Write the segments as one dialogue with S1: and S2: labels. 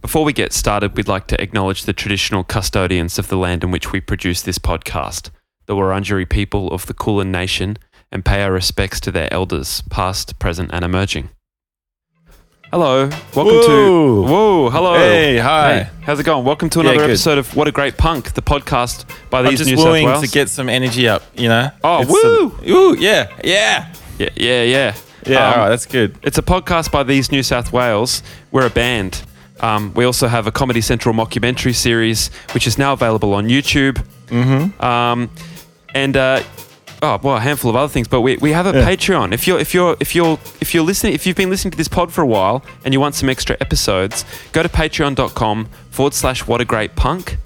S1: Before we get started, we'd like to acknowledge the traditional custodians of the land in which we produce this podcast, the Wurundjeri people of the Kulin Nation, and pay our respects to their elders, past, present, and emerging. Hello, welcome
S2: Whoa.
S1: to whoa, hello,
S2: Hey, hi.
S1: Hey, how's it going? Welcome to
S2: Yeah,
S1: another
S2: good.
S1: episode of What a Great Punk, the podcast by
S2: I'm
S1: these
S2: just
S1: New South
S2: willing
S1: Wales.
S2: to get some energy up, you know.
S1: Oh,
S2: It's
S1: woo!
S2: a- woo! Yeah, yeah,
S1: yeah, yeah, yeah,
S2: yeah.
S1: Um,
S2: all right, that's good.
S1: It's a podcast by These New South Wales. We're a band. Um, we also have a Comedy Central mockumentary series, which is now available on YouTube. Mm-hmm. Um, and uh, oh, well, a handful of other things. But we, we have a Patreon. If you're if you're if you're if you're listening, if you've been listening to this pod for a while and you want some extra episodes, go to patreon.com forward slash what a great punk.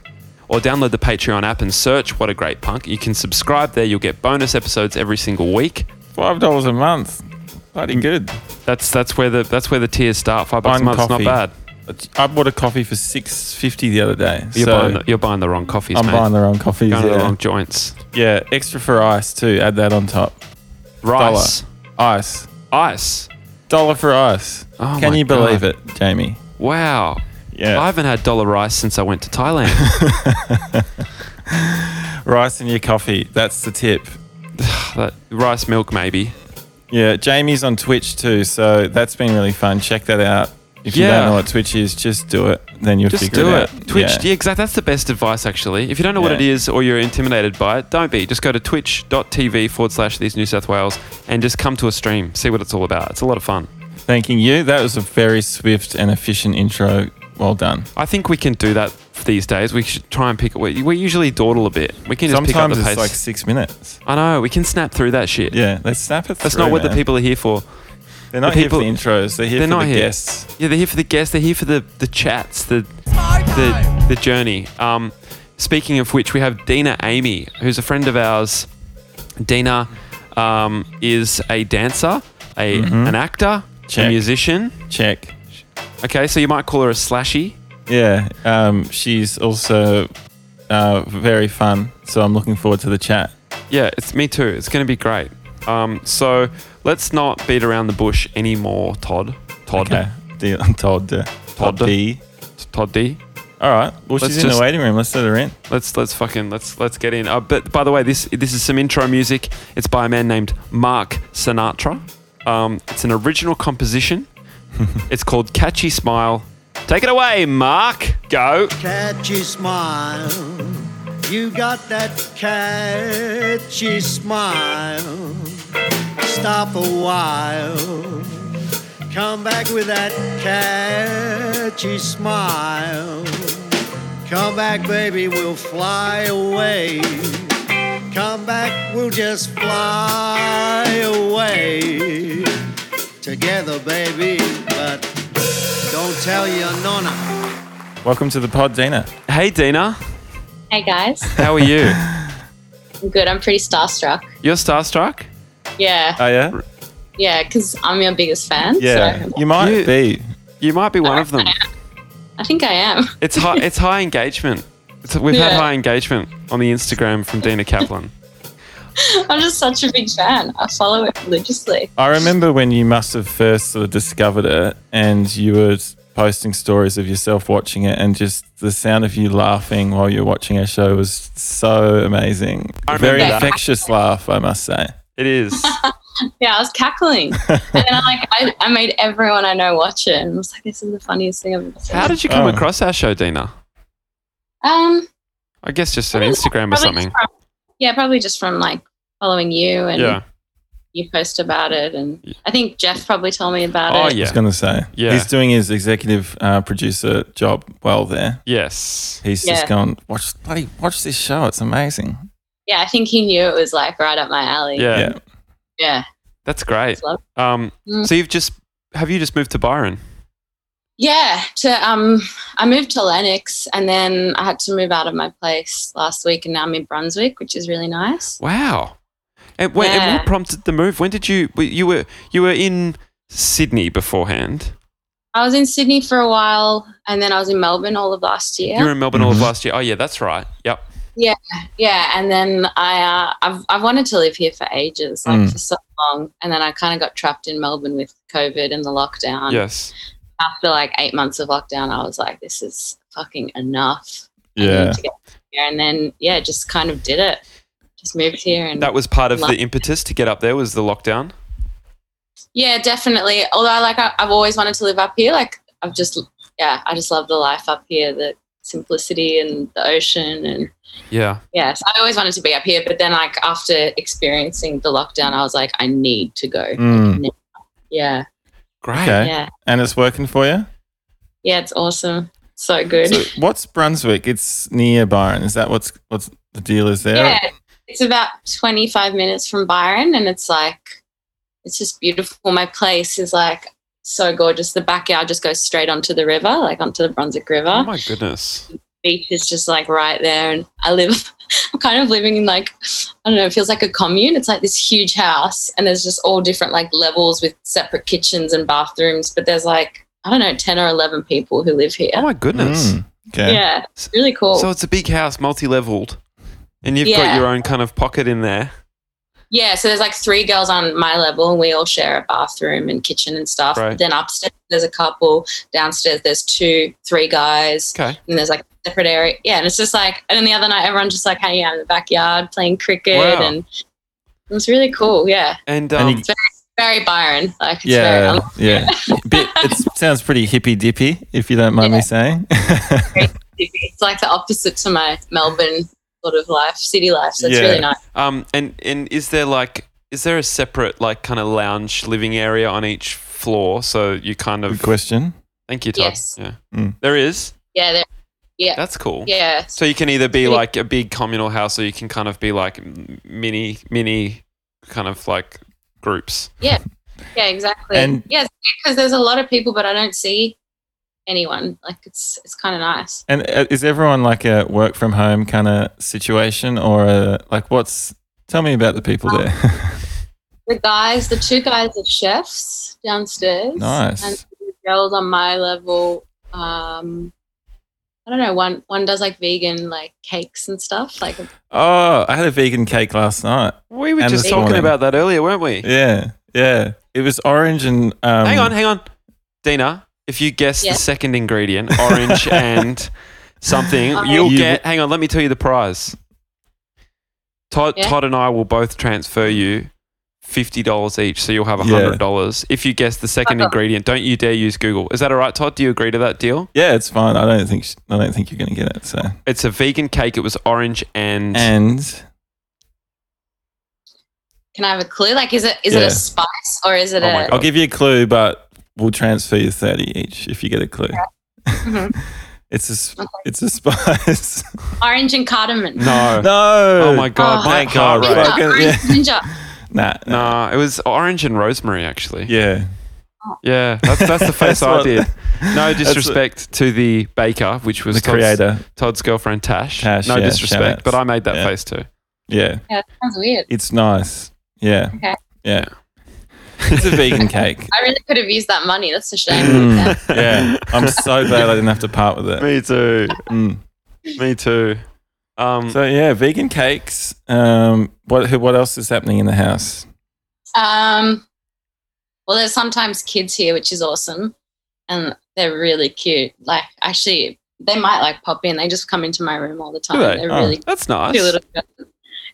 S1: Or download the Patreon app and search What a Great Punk. You can subscribe there. You'll get bonus episodes every single week.
S2: Five dollars a month, bloody good.
S1: That's that's where the that's where the tiers start. Five bucks
S2: On
S1: a month's
S2: coffee.
S1: not bad.
S2: I bought a coffee for six fifty the other day.
S1: You're,
S2: so
S1: buying, the, you're buying the wrong coffees,
S2: I'm
S1: mate.
S2: buying the wrong coffees.
S1: Going to the
S2: Yeah.
S1: wrong joints.
S2: yeah, extra for ice too. Add that on top.
S1: Rice,
S2: Ice,
S1: ice.
S2: dollar for ice.
S1: Oh
S2: Can
S1: my
S2: you believe
S1: God.
S2: it, Jamie?
S1: Wow.
S2: Yeah,
S1: I haven't had dollar rice since I went to Thailand.
S2: rice in your coffee. That's the tip.
S1: But rice milk, maybe.
S2: Yeah, Jamie's on Twitch too, so that's been really fun. Check that out. If you
S1: Yeah.
S2: don't know what Twitch is, just do it. Then you'll
S1: Just
S2: figure
S1: do
S2: it
S1: it.
S2: out.
S1: Twitch.
S2: Yeah.
S1: Yeah. exactly. That's the best advice, actually. If you don't know what
S2: Yeah.
S1: it is or you're intimidated by it, don't be. Just go to twitch.tv forward slash these New South Wales and just come to a stream. See what it's all about. It's a lot of fun.
S2: Thanking you. That was a very swift and efficient intro. Well done.
S1: I think we can do that these days. We should try and pick. We, we usually dawdle a bit. We can just pick up
S2: Sometimes
S1: the
S2: it's
S1: pace.
S2: like six minutes.
S1: I know. We can snap through that shit.
S2: Yeah, let's snap it.
S1: That's
S2: through,
S1: not what the
S2: man.
S1: people are here for.
S2: They're not
S1: the
S2: here for the intros. They're here
S1: They're
S2: for
S1: not
S2: the
S1: here.
S2: guests.
S1: Yeah, they're here for the guests. They're here for the the chats, the the the journey. Um, speaking of which, we have Dina Amy, who's a friend of ours. Dina um, is a dancer, a an actor, a
S2: Mm-hmm. Check.
S1: musician.
S2: Check.
S1: Okay, so you might call her a slashy.
S2: Yeah. Um, she's also uh, very fun. So I'm looking forward to the chat.
S1: Yeah, it's me too. It's going to be great. Um, so let's not beat around the bush anymore, Todd. Todd.
S2: Okay. Deal. Todd. uh,
S1: Todd.
S2: D.
S1: Todd D.
S2: All right. Well,
S1: Let's
S2: she's in
S1: just-
S2: the waiting room. Let's let her in.
S1: Let's let's fucking let's let's get in. Uh, but by the way, this this is some intro music. It's by a man named Mark Sinatra. Um, it's an original composition. it's called Catchy Smile. Take it away, Mark. Go.
S3: catchy smile. You got that catchy smile. Stop a while. Come back with that catchy smile. Come back, baby, we'll fly away. Come back, we'll just fly away. Together, baby, but don't tell your nonna.
S2: Welcome to the pod, Dina.
S1: Hey, Dina.
S4: Hey guys,
S1: How are you?
S4: I'm good. I'm pretty starstruck.
S1: You're starstruck.
S4: Yeah,
S2: Oh yeah.
S4: yeah, because I'm your biggest fan.
S2: Yeah.
S4: so
S2: You might
S1: You-
S2: be.
S1: You might be one of them.
S4: I think I am.
S1: It's high. It's high engagement. It's, we've had
S4: Yeah.
S1: high engagement on the Instagram from Dina Kaplan.
S4: I'm just such a big fan. I follow it religiously.
S2: I remember when you must have first sort of discovered it and you were posting stories of yourself watching it and just the sound of you laughing while you were watching our show was so amazing.
S1: I remember
S2: Very
S1: that.
S2: infectious laugh, I must say.
S1: It is.
S4: Yeah, I was cackling, and then I like I, I made everyone I know watch it, and I was like, "This is the funniest thing I've ever seen."
S1: How did you come
S2: Oh.
S1: across our show, Dina?
S4: um
S1: I guess just on
S4: I don't know,
S1: Instagram or
S4: probably just
S1: something.
S4: from- yeah, probably just from like following you and
S1: Yeah.
S4: you post about it, and I think Jeff probably told me about
S1: Oh
S4: it.
S2: I was
S1: yeah.
S2: going to say.
S1: Yeah.
S2: He's doing his executive uh, producer job well there.
S1: Yes.
S2: He's
S4: Yeah.
S2: just going, watch, bloody, watch this show. It's amazing.
S4: Yeah, I think he knew it was like right up my alley.
S1: Yeah.
S2: Yeah.
S4: yeah,
S1: That's great.
S4: It's lovely.
S1: Um,
S4: Mm.
S1: So you've just have you just moved to Byron?
S4: Yeah, to um, I moved to Lennox, and then I had to move out of my place last week, and now I'm in Brunswick, which is really nice.
S1: Wow. And, when, and
S4: Yeah.
S1: what prompted the move? When did you w- you were you were in Sydney beforehand?
S4: I was in Sydney for a while, and then I was in Melbourne all of last year.
S1: You were in Melbourne all of
S2: Mhm.
S1: last year. Oh yeah, that's right. Yep.
S4: yeah, and then I uh, I've I've wanted to live here for ages, like
S2: Mm.
S4: Um, for so long, and then I kind of got trapped in Melbourne with COVID and the lockdown.
S1: Yes.
S4: after like eight months of lockdown, I was like, this is fucking enough. I need
S2: Yeah.
S4: to get here. And then, yeah, just kind of did it. Just moved here. And
S1: That was part of the
S4: Like-
S1: impetus to get up there was the lockdown.
S4: yeah, definitely. Although, like, I, I've always wanted to live up here. Like, I've just, yeah, I just love the life up here, the simplicity and the ocean. And
S1: Yeah.
S4: yes, I always wanted to be up here. But then, like, after experiencing the lockdown, I was like, I need to go.
S2: Mm.
S4: Yeah.
S1: Great.
S2: Okay.
S4: Yeah.
S2: And it's working for you?
S4: Yeah. It's awesome. So good.
S2: So what's Brunswick? It's near Byron. Is that what's what's the deal is there?
S4: Yeah, it's about 25 minutes from Byron, and it's like, it's just beautiful. My place is like so gorgeous. The backyard just goes straight onto the river, like onto the Brunswick
S1: Oh
S4: River.
S1: my goodness.
S4: Beach is just like right there, and I live, I'm kind of living in like, I don't know, it feels like a commune. It's like this huge house, and there's just all different like levels with separate kitchens and bathrooms, but there's like, I don't know, 10 or 11 people who live here.
S1: Oh my goodness.
S2: Mm.
S4: yeah.
S2: Okay.
S4: it's really cool.
S1: So it's a big house, multi-leveled, and you've got
S4: Yeah.
S1: your own kind of pocket in there.
S4: Yeah, so there's like three girls on my level, and we all share a bathroom and kitchen and stuff.
S1: Right.
S4: Then upstairs there's a couple, downstairs there's two, three guys,
S1: Okay.
S4: and there's like a separate area. Yeah, and it's just like, and then the other night everyone's just like hanging out in the backyard playing cricket,
S1: Wow.
S4: and it was really cool. Yeah,
S1: And
S2: And
S1: um,
S2: you-
S4: very Byron, like it's very,
S2: Yeah.
S4: I'm
S2: Yeah. Bit, it sounds pretty hippy dippy, if you don't mind me saying.
S4: it's like the opposite to my Melbourne sort of life, city life. So it's
S2: Yeah.
S4: really nice.
S1: um, and and is there like is there a separate like kind of lounge living area on each floor? So you kind
S2: Good
S1: of
S2: question.
S1: thank you, Todd.
S4: Yes.
S1: Yeah.
S2: Mm.
S1: There is.
S4: Yeah, there-
S1: That's cool.
S4: yeah,
S1: So you can either be
S4: Pretty-
S1: like a big communal house, or you can kind of be like m- mini, mini, kind of like groups.
S4: Yeah, exactly.
S2: And-
S4: yeah, because there's a lot of people, but I don't see anyone. Like it's it's kind of nice.
S2: And uh, is everyone like a work from home kind of situation or a, like what's tell me about the people there.
S4: The guys, the two guys are chefs downstairs.
S2: Nice.
S4: And the girls on my level, um, I don't know. One one does like vegan like cakes and stuff. Like
S2: oh, I had a vegan cake last night.
S1: We were
S2: And
S1: just
S2: this
S1: talking
S2: morning.
S1: about that earlier, weren't we?
S2: Yeah. Yeah. It was orange and um,
S1: hang on, hang on, Dina. If you guess
S4: Yeah.
S1: the second ingredient, orange and something,
S4: Oh.
S1: you'll
S2: You-
S1: get. Hang on, let me tell you the prize. Todd,
S4: Yeah.
S1: Todd and I will both transfer you fifty dollars each, so you'll have
S2: Yeah.
S1: hundred dollars if you guess the second
S4: Uh-huh.
S1: ingredient. Don't you dare use Google. Is that all right, Todd? Do you agree to that deal?
S2: Yeah, it's fine. I don't think sh- I don't think you're going to get it. So.
S1: It's a vegan cake. It was orange and,
S2: And
S4: can I have a clue? Like is it is it
S2: Yeah.
S4: a spice or is it
S1: Oh my
S4: a
S1: God.
S2: I'll give you a clue, but we'll transfer you thirty each if you get a clue.
S4: Mhm.
S2: It's a s-
S4: Okay.
S2: it's a spice.
S4: orange and cardamom?
S1: no.
S2: no.
S1: Oh my god!
S4: Oh.
S1: my
S2: Thank
S1: heart
S2: God,
S4: Ginger,
S1: rate.
S2: right. fucking-
S4: orange
S2: yeah.
S4: ginger.
S2: Nah. Nah.
S1: Nah, it was orange and rosemary actually.
S2: Yeah.
S1: Yeah, that's that's the face
S2: That's
S1: I
S2: what-
S1: did. No
S2: that's what-
S1: disrespect to the baker, which was
S2: The
S1: Todd's-
S2: creator.
S1: Todd's girlfriend Tash.
S2: Tash,
S1: no
S2: yeah, shout
S1: disrespect,
S2: outs.
S1: but I made that
S2: Yeah.
S1: face too.
S2: Yeah.
S4: Yeah, that sounds weird.
S2: It's nice. Yeah.
S4: Okay.
S2: Yeah. It's a vegan cake.
S4: I really could have used that money. That's a shame.
S2: Mm, yeah. I'm so glad I didn't have to part with it.
S1: Me too.
S2: Mm.
S1: Me too. Um,
S2: So yeah, vegan cakes. Um, what who- what else is happening in the house?
S4: Um, well, there's sometimes kids here, which is awesome, and they're really cute. Like, actually, they might like pop in. They just come into my room all the time.
S1: they?
S4: They're
S2: Oh,
S4: really
S1: that's nice.
S4: cute little girls.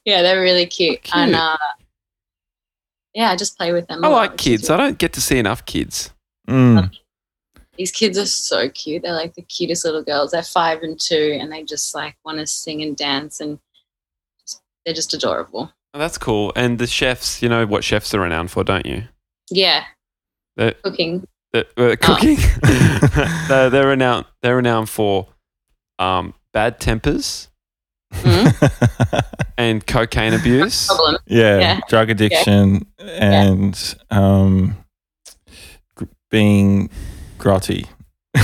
S4: Yeah, they're really cute.
S1: Cute.
S4: And uh, yeah, I just play with them.
S1: I
S4: a lot,
S1: like
S4: which is
S1: kids. I don't get to see enough kids.
S2: Mm.
S4: these kids are so cute. They're like the cutest little girls. They're five and two, and they just like want to sing and dance, and just- they're just adorable.
S1: Oh, that's cool. And the chefs, you know what chefs are renowned for, don't you?
S4: Yeah,
S1: They're,
S4: cooking.
S1: they're,
S4: Oh.
S1: uh, cooking.
S4: Um,
S1: they're, they're renowned. They're renowned for um, bad tempers
S4: Mhm.
S1: and cocaine abuse.
S4: Problem.
S2: yeah,
S4: Yeah.
S2: drug addiction and um, gr- being grotty.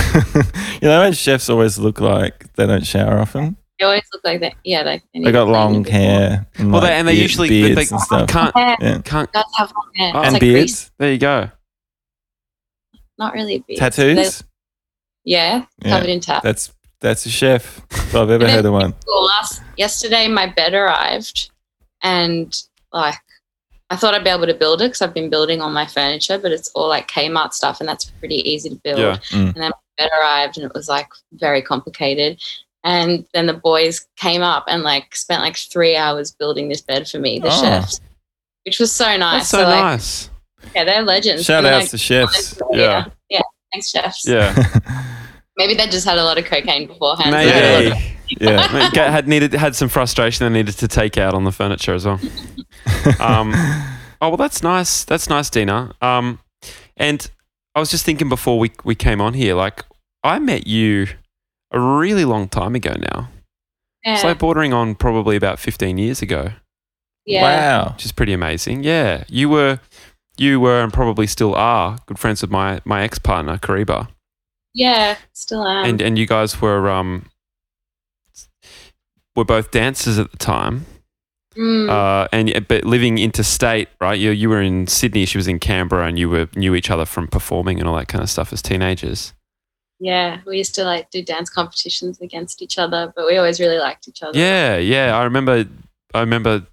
S2: you know, what chefs always look like they don't shower often.
S4: They always look like that. Yeah, like
S2: They got long hair. And
S1: Well,
S2: like,
S1: they, and they
S2: beard-
S1: usually they-
S2: beards
S1: they,
S2: and stuff.
S1: can't
S4: Hair.
S2: Yeah.
S1: can't.
S4: Guys have long hair.
S1: Oh.
S4: It's
S2: and
S4: like
S2: beards,
S4: greasy,
S1: There you go.
S4: not really big.
S2: tattoos.
S4: Yeah,
S2: Yeah.
S4: covered in tat.
S2: That's that's a chef. If I've ever
S4: And then-
S2: heard of one.
S4: Well, last yesterday, my bed arrived, and like I I thought I'd be able to build it because I've been building all my furniture, but it's all like Kmart stuff, and that's pretty easy to build.
S1: Yeah.
S2: Mm.
S4: And then my bed arrived, and it was like very complicated. And then the boys came up and like spent like three hours building this bed for me, the
S2: Oh.
S4: chefs, which was so
S1: That's
S4: nice.
S1: so
S4: like,
S1: nice.
S4: Yeah, they're legends.
S2: Shout
S4: And then
S2: outs to chefs.
S4: I-
S1: Yeah.
S4: yeah, yeah. Thanks, chefs.
S1: Yeah.
S4: Maybe they just had a lot of cocaine beforehand. so they had a lot
S1: Maybe.
S4: of-
S2: Yeah.
S1: Mate, Gat had needed had some frustration they needed to take out on the furniture as well. Um, oh well, that's nice. That's nice, Dina. Um, and I was just thinking before we we came on here, like I met you a really long time ago now. It's
S4: yeah.
S1: like bordering on probably about fifteen years ago,
S4: yeah.
S2: Wow.
S1: which is pretty amazing. Yeah, you were you were and probably still are good friends with my my ex partner Kariba,
S4: Yeah, still am.
S1: and and you guys were um were both dancers at the time.
S4: Mm.
S1: uh, and but living interstate, right? You you were in Sydney, she was in Canberra, and you were knew each other from performing and all that kind of stuff as teenagers.
S4: Yeah, we used to like do dance competitions against each other, but we always really liked each other.
S1: Yeah, yeah. I remember, I remember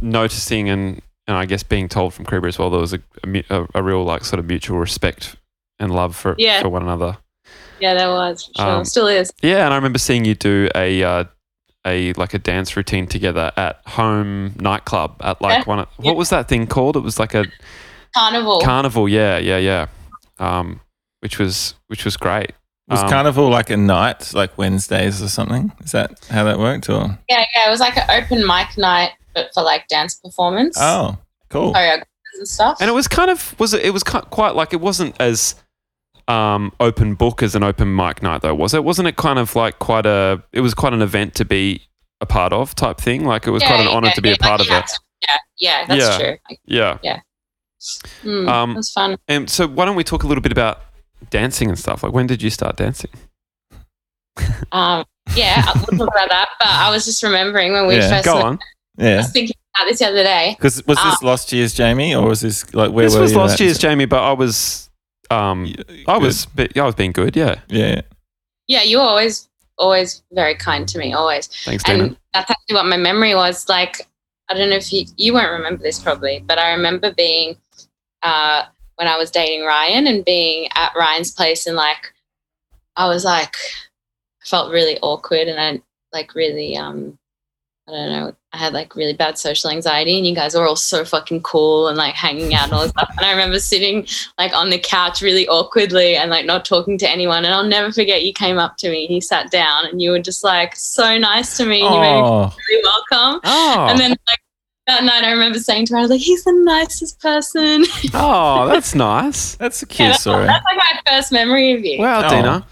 S1: noticing and and I guess being told from Kruber as well. There was a, a mu- a, a real like sort of mutual respect and love for
S4: Yeah.
S1: for one another.
S4: yeah, that was for sure.
S1: Um,
S4: Still is.
S1: Yeah, and I remember seeing you do a. Uh, a like a dance routine together at home nightclub at like
S4: Yeah.
S1: one of, what was that thing called? It was like a
S4: Carnival.
S1: Carnival, yeah, yeah, yeah. Um, which was which was great.
S2: Was
S1: Um,
S2: carnival like a night, like Wednesdays or something? Is that how that worked? Or
S4: yeah, yeah, it was like an open mic night, but for like dance performance,
S2: oh, cool.
S4: choreographers and stuff.
S1: and it was kind of was it, it was ki- quite like it wasn't as um, open book as an open mic night though, was it? Wasn't it kind of like quite a it was quite an event to be a part of type thing? Like it was quite an honor to be a part of it.
S4: Yeah, yeah, that's
S1: Yeah.
S4: true. Like,
S1: Yeah.
S4: mm,
S1: Um,
S4: it was fun.
S1: And so why don't we talk a little bit about dancing and stuff? Like when did you start dancing?
S4: Um, yeah, we'll talk about that. But I was just remembering when we
S2: Yeah,
S4: first
S1: Go
S4: met-
S1: on.
S4: I
S2: Yeah.
S4: was thinking about this the other day.
S2: Because was
S4: Ah.
S2: this last year's Jamie or was this like where
S1: this
S2: were
S1: was
S2: you
S1: last
S2: at?
S1: year's Jamie, but I was um I was but I was being good, yeah.
S2: Yeah.
S4: Yeah, you were always, always very kind to me, always.
S1: Thanks, Dana.
S4: and that's actually what my memory was like i don't know if you you won't remember this probably but i remember being uh when i was dating ryan and being at ryan's place and like i was like i felt really awkward and i like really um i don't know i had like really bad social anxiety and you guys were all so fucking cool and like hanging out and all this stuff and i remember sitting like on the couch really awkwardly and like not talking to anyone and i'll never forget you came up to me you sat down and you were just like so nice to me and you made me
S2: Oh,
S4: really welcome.
S1: Oh,
S4: And then like that night, I remember saying to her, I was like, "He's the nicest person."
S1: oh, that's nice.
S2: that's a cute
S4: Yeah, that's,
S2: story.
S4: that's like my first memory of you.
S1: Wow,
S2: Oh.
S1: Dina.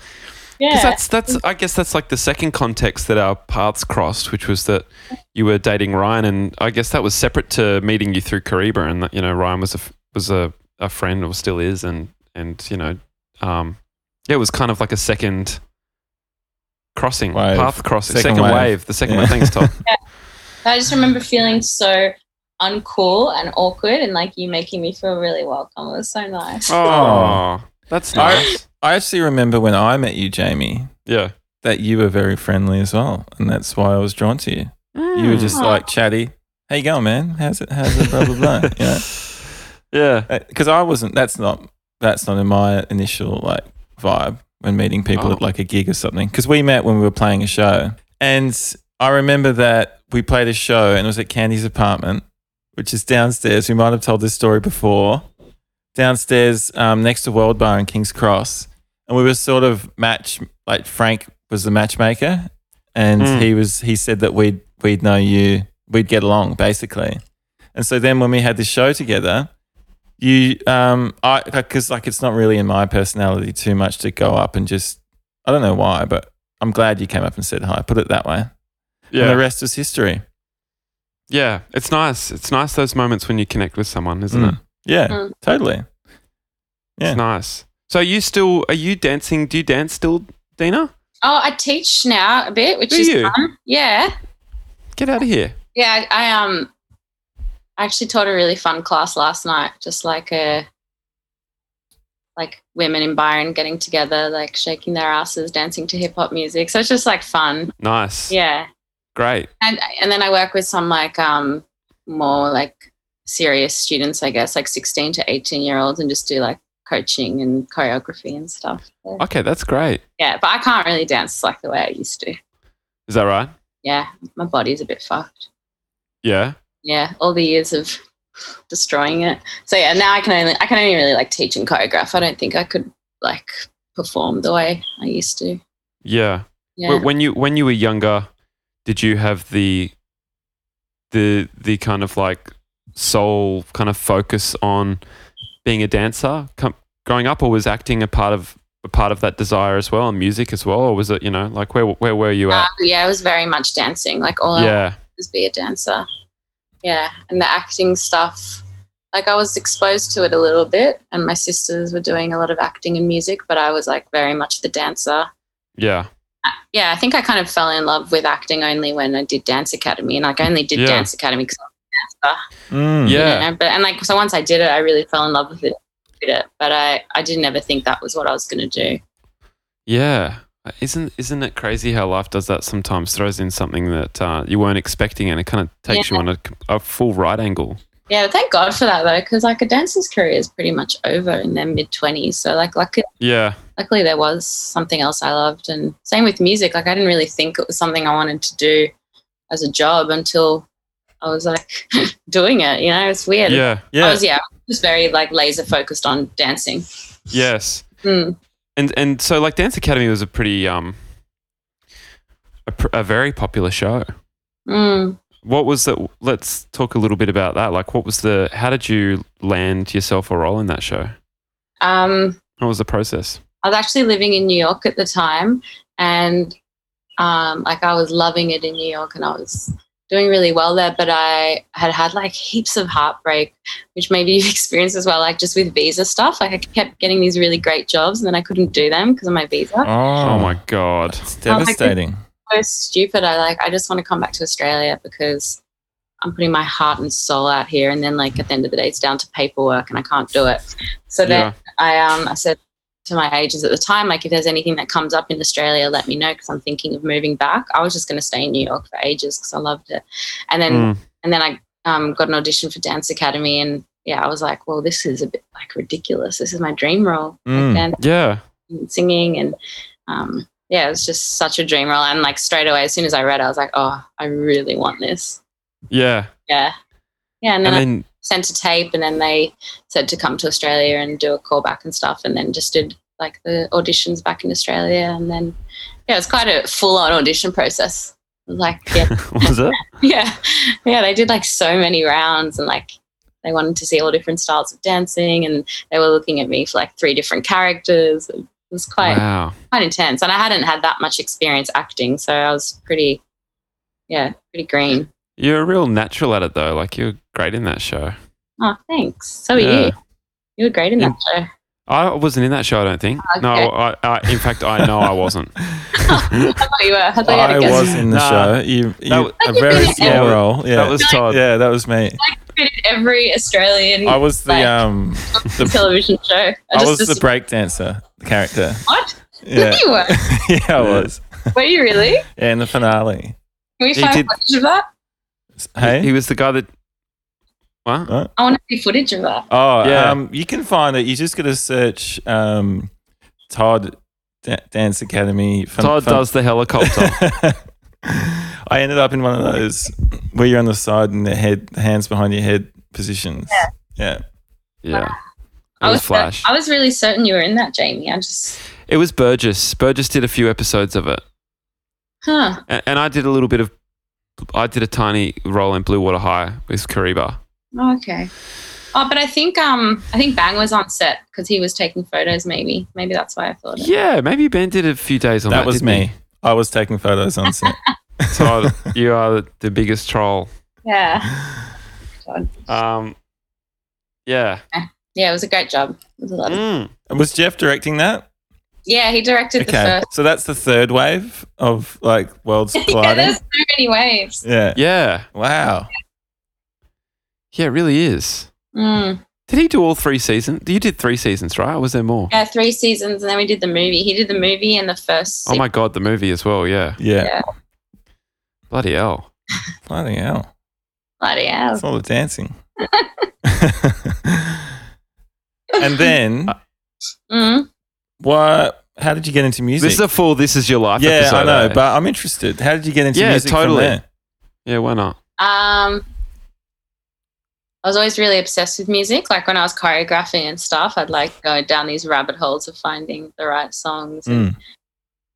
S1: Because
S4: yeah,
S1: that's that's I guess that's like the second context that our paths crossed, which was that you were dating Ryan, and I guess that was separate to meeting you through Kariba, and that you know Ryan was a f- was a, a friend or still is, and and you know, um, yeah, it was kind of like a second crossing
S2: Wave.
S1: path crossing,
S2: Second
S1: second,
S2: wave.
S1: wave. the second
S2: Yeah.
S1: wave. Thanks, Tom.
S4: I just remember feeling so uncool and awkward, and like you making me feel really welcome. It was so nice.
S1: oh, that's
S2: I-
S1: nice.
S2: I actually remember when I met you, Jamie,
S1: yeah,
S2: that you were very friendly as well. And that's why I was drawn to you. You were just
S4: Aw.
S2: like chatty. How you going, man? How's it? How's it? Blah blah blah. you know,
S1: yeah.
S2: because Uh, I wasn't. That's not. That's not in my initial like vibe when meeting people
S1: Oh.
S2: at like a gig or something. Because we met when we were playing a show, and I remember that we played a show and it was at Candy's apartment, which is downstairs. We might have told this story before. Downstairs, um, next to World Bar in King's Cross, and we were sort of match. Like Frank was the matchmaker, and
S1: Mm.
S2: he was. He said that we'd we'd know you. We'd get along basically. And so then when we had this show together, you um I because like it's not really in my personality too much to go up and just I don't know why, but I'm glad you came up and said hi. Put it that way. And the
S1: Yeah,
S2: rest is history.
S1: yeah. It's nice. It's nice those moments when you connect with someone, isn't it?
S2: Mm. Yeah,
S4: Mm.
S2: totally. Yeah.
S1: It's nice. So are you still are you dancing? Do you dance still, Dina?
S4: Oh, I teach now a bit, which
S1: Do
S4: is
S1: you?
S4: fun. Yeah,
S1: Get out of here.
S4: yeah. I, I um, I actually taught a really fun class last night, just like a like women in Byron getting together, like shaking their asses, dancing to hip hop music. So it's just like fun.
S1: Nice.
S4: Yeah.
S1: Great.
S4: And and then I work with some like um more like serious students, I guess, like 16 to 18 year olds, and just do like coaching and choreography and stuff. So,
S1: Okay, that's great.
S4: yeah, but I can't really dance like the way I used to.
S1: Is that right?
S4: Yeah, my body's a bit fucked.
S1: Yeah.
S4: Yeah, all the years of destroying it. So yeah, now I can only I can only really like teach and choreograph. I don't think I could like perform the way I used to.
S1: Yeah.
S4: Yeah.
S1: W When you when you were younger, did you have the the the kind of like soul kind of focus on being a dancer com- growing up, or was acting a part of a part of that desire as well, and music as well, or was it you know like where where were you
S4: Uh,
S1: at?
S4: yeah, it was very much dancing. Like all I
S1: yeah.
S4: was be a dancer. Yeah, and the acting stuff. Like I was exposed to it a little bit, and my sisters were doing a lot of acting and music, but I was like very much the dancer.
S1: Yeah.
S4: Yeah, I think I kind of fell in love with acting only when I did Dance Academy, and like I only did
S1: Yeah.
S4: Dance Academy because
S2: Mm.
S1: Yeah.
S4: you know, but and like so once I did it, I really fell in love with it. with it, But I, I didn't ever think that was what I was going to do.
S1: Yeah. Isn't isn't it crazy how life does that sometimes? Throws in something that uh, you weren't expecting, and it kind of takes you on a, a full right angle.
S4: Yeah, but thank God for that though, because like a dancer's career is pretty much over in their mid twenties. So like luckily,
S1: Yeah.
S4: luckily there was something else I loved, and same with music. Like I didn't really think it was something I wanted to do as a job until I was like doing it. You know, it's weird.
S1: Yeah.
S4: I
S2: Yeah.
S4: was yeah, I was just very like laser focused on dancing.
S1: Yes.
S4: Mm.
S1: And and so like Dance Academy was a pretty um a, pr- a very popular show.
S4: Mm.
S1: What was the? Let's talk a little bit about that. Like, what was the? How did you land yourself a role in that show?
S4: Um,
S1: What was the process?
S4: I was actually living in New York at the time, and um, like I was loving it in New York, and I was doing really well there. But I had had like heaps of heartbreak, which maybe you've experienced as well, like just with visa stuff. Like I kept getting these really great jobs, and then I couldn't do them because of my visa.
S1: Oh, my god!
S2: It's devastating.
S4: So stupid. I like. I just want to come back to Australia because. I'm putting my heart and soul out here, and then like at the end of the day, it's down to paperwork, and I can't do it. So
S1: Yeah.
S4: then I um I said to my agents at the time, like if there's anything that comes up in Australia, let me know because I'm thinking of moving back. I was just going to stay in New York for ages because I loved it, and then
S1: Mm.
S4: and then I um, got an audition for Dance Academy, and yeah, I was like, well, this is a bit like ridiculous. This is my dream role,
S2: Mm.
S4: like dancing
S1: Yeah.
S4: and singing, and um, yeah, it was just such a dream role. And like straight away, as soon as I read, it, I was like, oh, I really want this.
S1: Yeah.
S4: Yeah, yeah, and then
S1: And
S4: I
S1: then
S4: sent a tape and then they said to come to Australia and do a callback and stuff and then just did like the auditions back in Australia and then yeah, it was quite a full on audition process. It was Like yeah,
S1: was it?
S4: yeah. Yeah, they did like so many rounds and like they wanted to see all different styles of dancing and they were looking at me for like three different characters. It was quite
S1: Wow.
S4: quite intense. And I hadn't had that much experience acting, so I was pretty yeah, pretty green.
S1: You're a real natural at it though. Like you're great in that show.
S4: Oh, thanks. So are
S1: Yeah.
S4: you. You were great in that show.
S1: I wasn't in that show. I don't think. No.
S4: Okay.
S1: I, I, in fact, I know I wasn't.
S4: thought you were. Oh, I thought you had
S2: I
S4: a guess.
S2: was in the
S1: Nah.
S2: show. You, you
S1: That was-
S2: a very
S4: Yeah.
S2: small role. Yeah,
S1: That was Todd.
S2: yeah, that was me.
S4: Created every Australian
S2: I was the
S4: Like-
S2: um, the,
S4: television show. I,
S2: I
S4: just
S2: was the
S4: just-
S2: breakdancer character.
S4: what?
S2: Yeah,
S4: You were.
S2: yeah, I was.
S4: Were you really?
S2: Yeah, in the finale.
S4: Can we
S1: He
S4: find
S1: did-
S4: footage of that?
S2: Hey,
S1: He was the guy that. What?
S4: I want to see footage of that.
S2: Oh,
S1: Yeah.
S2: um, you can find it. You just got to search um, Todd Da- Dance Academy. Fin-
S1: Todd
S2: fin-
S1: does the helicopter.
S2: I ended up in one of those where you're on the side and the head, hands behind your head positions. Yeah.
S1: yeah. It
S4: I
S1: was
S4: cer-
S1: Flash.
S4: I was really certain you were in that, Jamie. I just,
S1: It was Burgess. Burgess did a few episodes of it,
S4: huh?
S1: and, and I did a little bit of. I did a tiny role in Blue Water High with Kariba.
S4: Oh, okay. Oh, but I think um, I think Bang was on set because he was taking photos. Maybe, maybe that's why I thought it.
S1: Yeah, maybe Ben did a few days on that.
S2: That was
S1: didn't he?
S2: me. I was taking photos on set.
S1: Todd, you are the biggest troll.
S4: Yeah. God.
S1: Um, yeah.
S4: Yeah, it was a great job. It was a lot of-
S1: Mm.
S2: Was Jeff directing that?
S4: yeah, he directed the
S2: Okay.
S4: first.
S2: So that's the third wave of like world's
S4: Yeah,
S2: colliding.
S4: there's so many waves.
S2: yeah.
S1: Yeah.
S2: Wow.
S1: Yeah, it really is.
S4: Mm.
S1: Did he do all three seasons? You did three seasons, right? Or was there more?
S4: Yeah, three seasons, and then we did the movie. He did the movie and the first.
S1: Oh my God, the movie as well. Yeah.
S2: Yeah.
S4: Yeah.
S1: Bloody hell.
S2: Bloody hell.
S4: Bloody hell.
S2: That's all the dancing. and then
S4: Mm.
S2: what? How did you get into music?
S1: This is a full This Is Your Life
S2: yeah,
S1: episode.
S2: I know,
S1: eh?
S2: but I'm interested. How did you get into
S1: Yeah,
S2: music?
S1: totally.
S2: From there?
S1: yeah, why not?
S4: Um, I was always really obsessed with music. Like when I was choreographing and stuff, I'd like go down these rabbit holes of finding the right songs. And
S2: Mm.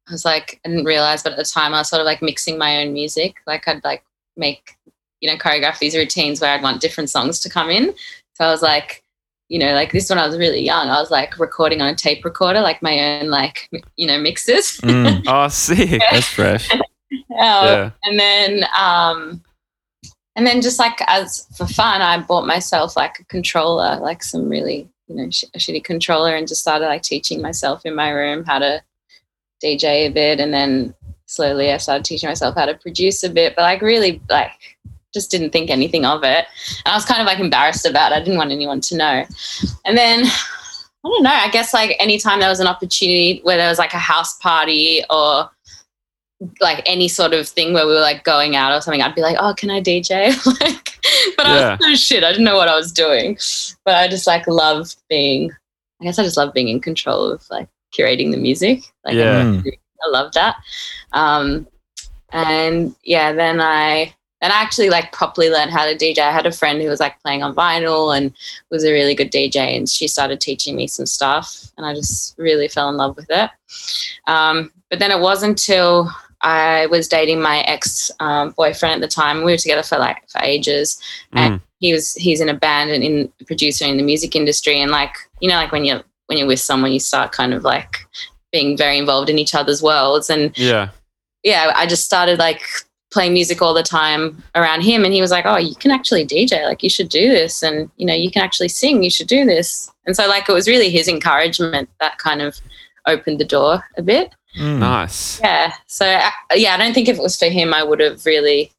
S4: I was like, I didn't realize, but at the time I was sort of like mixing my own music. Like I'd like make, you know, choreograph these routines where I'd want different songs to come in. So I was like, you know, like this when I was really young, I was like recording on a tape recorder, like my own, like, mi- you know, mixes.
S2: Mm,
S1: Oh, sick.
S2: that's fresh.
S4: Uh,
S1: Yeah.
S4: and then um and then just like as for fun i bought myself like a controller like some really you know sh- a shitty controller and just started like teaching myself in my room how to dj a bit and then slowly i started teaching myself how to produce a bit but like really like just didn't think anything of it and i was kind of like embarrassed about it i didn't want anyone to know and then i don't know i guess like anytime there was an opportunity where there was like a house party or like any sort of thing where we were like going out or something, I'd be like, "Oh, can I DJ?" like, but
S1: Yeah.
S4: I was so shit. I didn't know what I was doing. But I just like love being. I guess I just love being in control of like curating the music. Like,
S1: Yeah.
S2: Mm.
S4: I love that. Um, and yeah, then I then I actually like properly learned how to DJ. I had a friend who was like playing on vinyl and was a really good DJ, and she started teaching me some stuff, and I just really fell in love with it. Um, but then it wasn't until I was dating my ex um, boyfriend at the time. We were together for like for ages, and he was he's in a band and in producer in the music industry, and like you know, like when you're when you're with someone, you start kind of like being very involved in each other's worlds and
S1: Yeah.
S4: yeah, I just started like playing music all the time around him. And he was like, Oh, you can actually DJ. Like, you should do this. And, you know, you can actually sing. You should do this. And so, like, it was really his encouragement that kind of opened the door a bit.
S2: Mm.
S1: Nice.
S4: Yeah. So, I- yeah, I don't think if it was for him, I would have really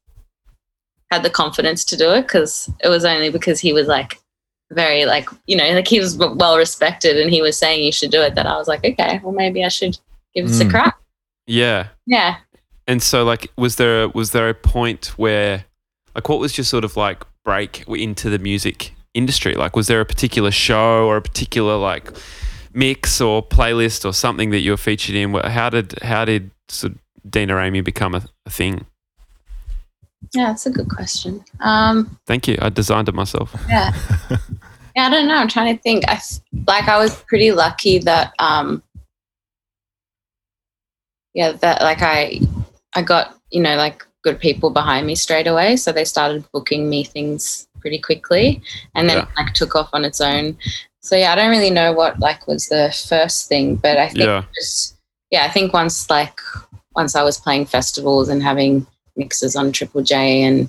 S4: had the confidence to do it because it was only because he was like, very like you know like he was well respected and he was saying you should do it that i was like okay well maybe i should give this a
S2: Mm.
S4: crack
S1: Yeah.
S4: yeah
S1: And so, like, was there a, was there a point where, like, what was your sort of like break into the music industry? Like, was there a particular show or a particular like mix or playlist or something that you were featured in? Wh- How did how did sort of Dina Amy become a, a thing?
S4: Yeah, that's a good question. Um,
S1: Thank you. I designed it myself.
S4: yeah. yeah, I don't know. I'm trying to think. I f- like I was pretty lucky that um, yeah, that like I I got you know like good people behind me straight away, so they started booking me things pretty quickly, and then
S1: Yeah.
S4: like took off on its own. So yeah, I don't really know what like was the first thing, but I think
S1: Yeah.
S4: just yeah, I think once like once I was playing festivals and having mixes on Triple J and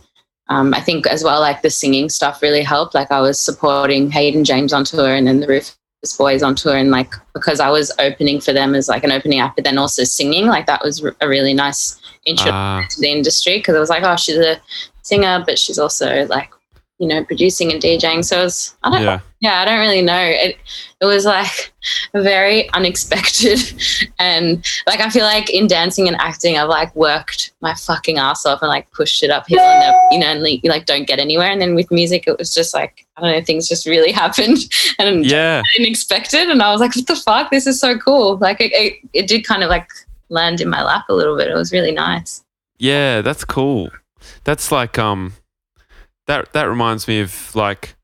S4: um, I think as well like the singing stuff really helped. Like I was supporting Hayden James on tour and then the Rufus Boys on tour and like because I was opening for them as like an opening act, but then also singing like that was r- a really nice intro
S1: Ah,
S4: to the industry because it was like oh she's a singer but she's also like you know producing and DJing. So it's I don't
S1: yeah.
S4: yeah, I don't really know. It it was like very unexpected and like I feel like in dancing and acting I've like worked my fucking ass off and like pushed it uphill and up, you know and like, you like don't get anywhere and then with music it was just like I don't know things just really happened and
S1: Yeah.
S4: I didn't expect it and I was like what the fuck this is so cool like it, it, it did kind of like land in my lap a little bit it was really nice
S1: Yeah, that's cool. That's like um that that reminds me of like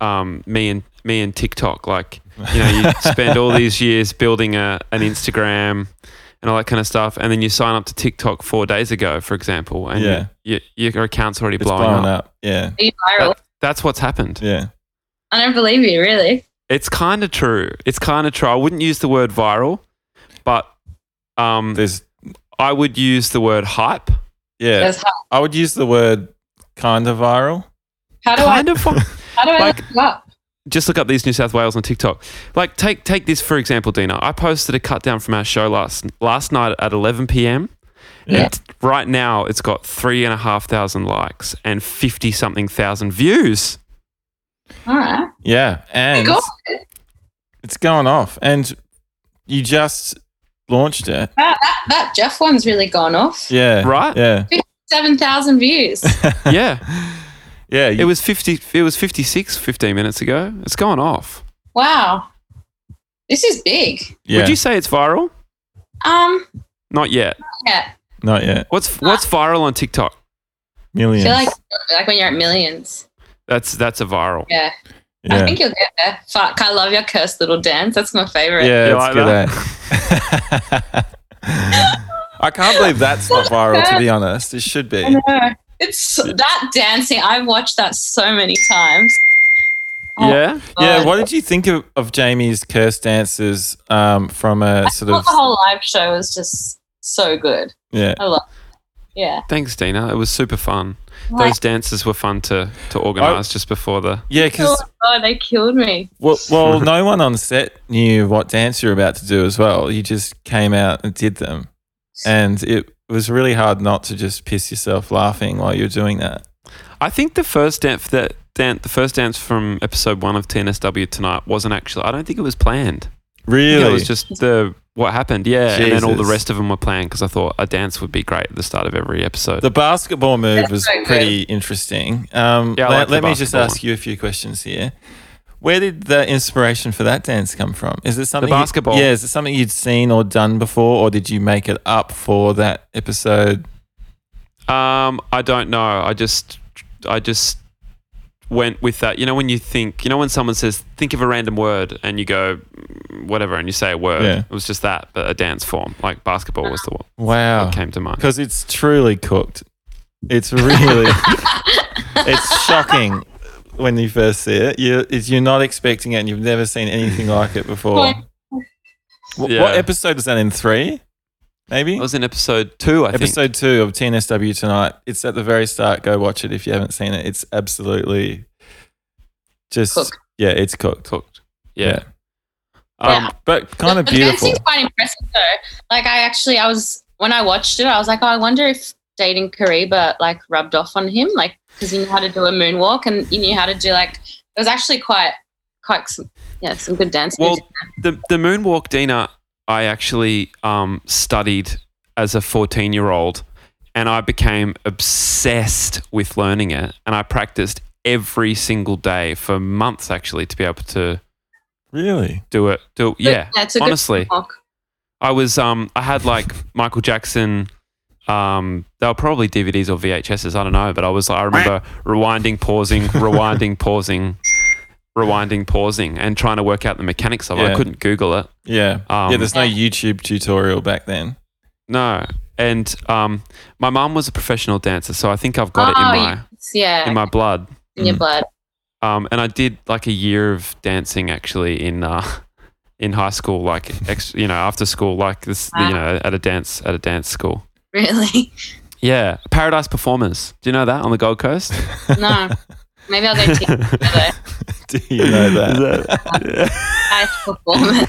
S1: um me and me and TikTok. Like, you know, you spend all these years building a an Instagram and all that kind of stuff, and then you sign up to TikTok four days ago, for example, and
S2: Yeah.
S1: you, you, your account's already
S2: It's
S1: blowing,
S2: blowing
S1: up.
S2: up. Yeah,
S4: are you viral
S1: That's what's happened.
S2: yeah.
S4: I don't believe you really
S1: It's kind of true. It's kind of true. I wouldn't use the word viral, but um,
S2: There's
S1: I would use the word hype.
S2: yeah.
S4: That's how,
S2: I would use the word kind of viral.
S4: how do
S1: Kind
S4: I
S1: of.
S4: how do I
S1: like-
S4: look it up
S1: just look up these New South Wales on TikTok. Like, take take this for example, Dina. I posted a cut down from our show last last night at 11 p.m.
S2: Yeah.
S1: And right now, it's got three and a half thousand likes and fifty something thousand views.
S4: all right
S2: Yeah, and
S4: Go.
S2: it's going off, and you just launched it.
S4: Wow, that, that Jeff one's really gone off.
S2: Yeah,
S1: Right?
S2: Yeah,
S4: 7,000 views.
S1: Yeah,
S2: Yeah, you,
S1: It was 50, it was 56 15 minutes ago. It's gone off.
S4: Wow. This is big.
S2: yeah,
S1: Would you say it's viral?
S4: Um,
S1: Not yet.
S4: yeah.
S2: not yet.
S1: What's what's viral on TikTok?
S4: I
S2: Millions.
S4: feel like like when you're at millions.
S1: That's that's a viral.
S4: Yeah.
S2: yeah.
S4: I think you'll get there. Fuck, I love your cursed little dance. That's my favorite.
S2: yeah,
S1: You
S2: it's
S1: like
S2: good.
S1: that?
S2: eh? I can't believe that's not viral. To be honest, it should be.
S4: No, It's that dancing. I've watched that so many times. Oh,
S1: Yeah.
S2: Yeah,
S4: God.
S2: what did you think of, of Jamie's curse dances um, from a sort
S4: Well,
S2: of
S4: the whole live show was just so good.
S2: yeah?
S4: I love. Yeah.
S1: Thanks, Dina. It was super fun.
S4: Like,
S1: Those dances were fun to to organise just before the.
S2: Yeah, because
S4: oh, God, they killed me.
S2: well, well, no one on set knew what dance you were about to do as well. You just came out and did them, and it was really hard not to just piss yourself laughing while you're doing that.
S1: I think the first dance that dan- the first dance from episode one of TNSW tonight wasn't actually. I don't think it was planned. I think
S2: Really,
S1: It was just the what happened. Yeah, and then all the
S2: Jesus.
S1: rest of them were planned because I thought a dance would be great at the start of every episode.
S2: the basketball move
S4: That's
S2: was
S4: so good.
S2: pretty interesting. Um,
S1: Yeah, I
S2: let,
S1: like the
S2: let me just
S1: basketball
S2: ask you a few questions here. Where did the inspiration for that dance come from? Is it something you-
S1: basketball.
S2: yeah, is it something you'd seen or done before, or did you make it up for that episode?
S1: Um, I don't know. I just, I just went with that. You know, when you think, you know, when someone says, think of a random word, and you go, "Mm, whatever, and you say a word.
S2: Yeah.
S1: It was just that, but a dance form. Like basketball was the one
S2: Wow,
S1: that came to mind.
S2: because it's truly cooked. It's really, it's shocking when you first see it. You, it's, you're not expecting it, and you've never seen anything like it before. Wh-
S1: Yeah.
S2: What episode was that in? Three, maybe.
S1: It was in episode two, I think.
S2: episode two of TNSW tonight. It's at the very start. Go watch it if you haven't seen it. It's absolutely just
S4: Cooked.
S2: yeah, it's cooked.
S1: Cooked. Yeah.
S4: Yeah.
S1: Um,
S2: but kind of
S4: The-
S2: beautiful.
S4: The dancing's quite impressive though. Like I actually, I was when I watched it, I was like, oh, I wonder if dating Kariba like rubbed off on him, like because he knew how to do a moonwalk and he knew how to do like it was actually quite quite some, yeah some good dance.
S1: Well,
S4: moves.
S1: the, the moonwalk, Dina, I actually um, studied as a 14 year old and I became obsessed with learning it. And I practiced every single day for months, actually, to be able to
S2: Really?
S1: do it. Do it.
S4: But,
S1: Yeah.
S4: it's a good
S1: Honestly,
S4: moonwalk.
S1: I was, um, I had like Michael Jackson. Um, they were probably DVDs or VHSs. I don't know, but I was, I remember rewinding, pausing, rewinding, pausing, rewinding, pausing, and trying to work out the mechanics of it.
S2: Yeah.
S1: I couldn't Google it.
S2: Yeah.
S1: Um,
S2: yeah. There's no YouTube tutorial back then.
S1: No. And um, my mum was a professional dancer, so I think I've got it
S4: Oh,
S1: in my
S4: yes, yeah,
S1: in my mm. blood.
S4: in your blood.
S1: Um, and I did like a year of dancing actually in uh, in high school, like ex- you know after school, like this, you know, at a dance at a dance school.
S4: Really?
S1: Yeah, Paradise Performers. Do you know that on the Gold Coast?
S4: No. Maybe I'll go take another
S2: Do you know that?
S4: nice performance.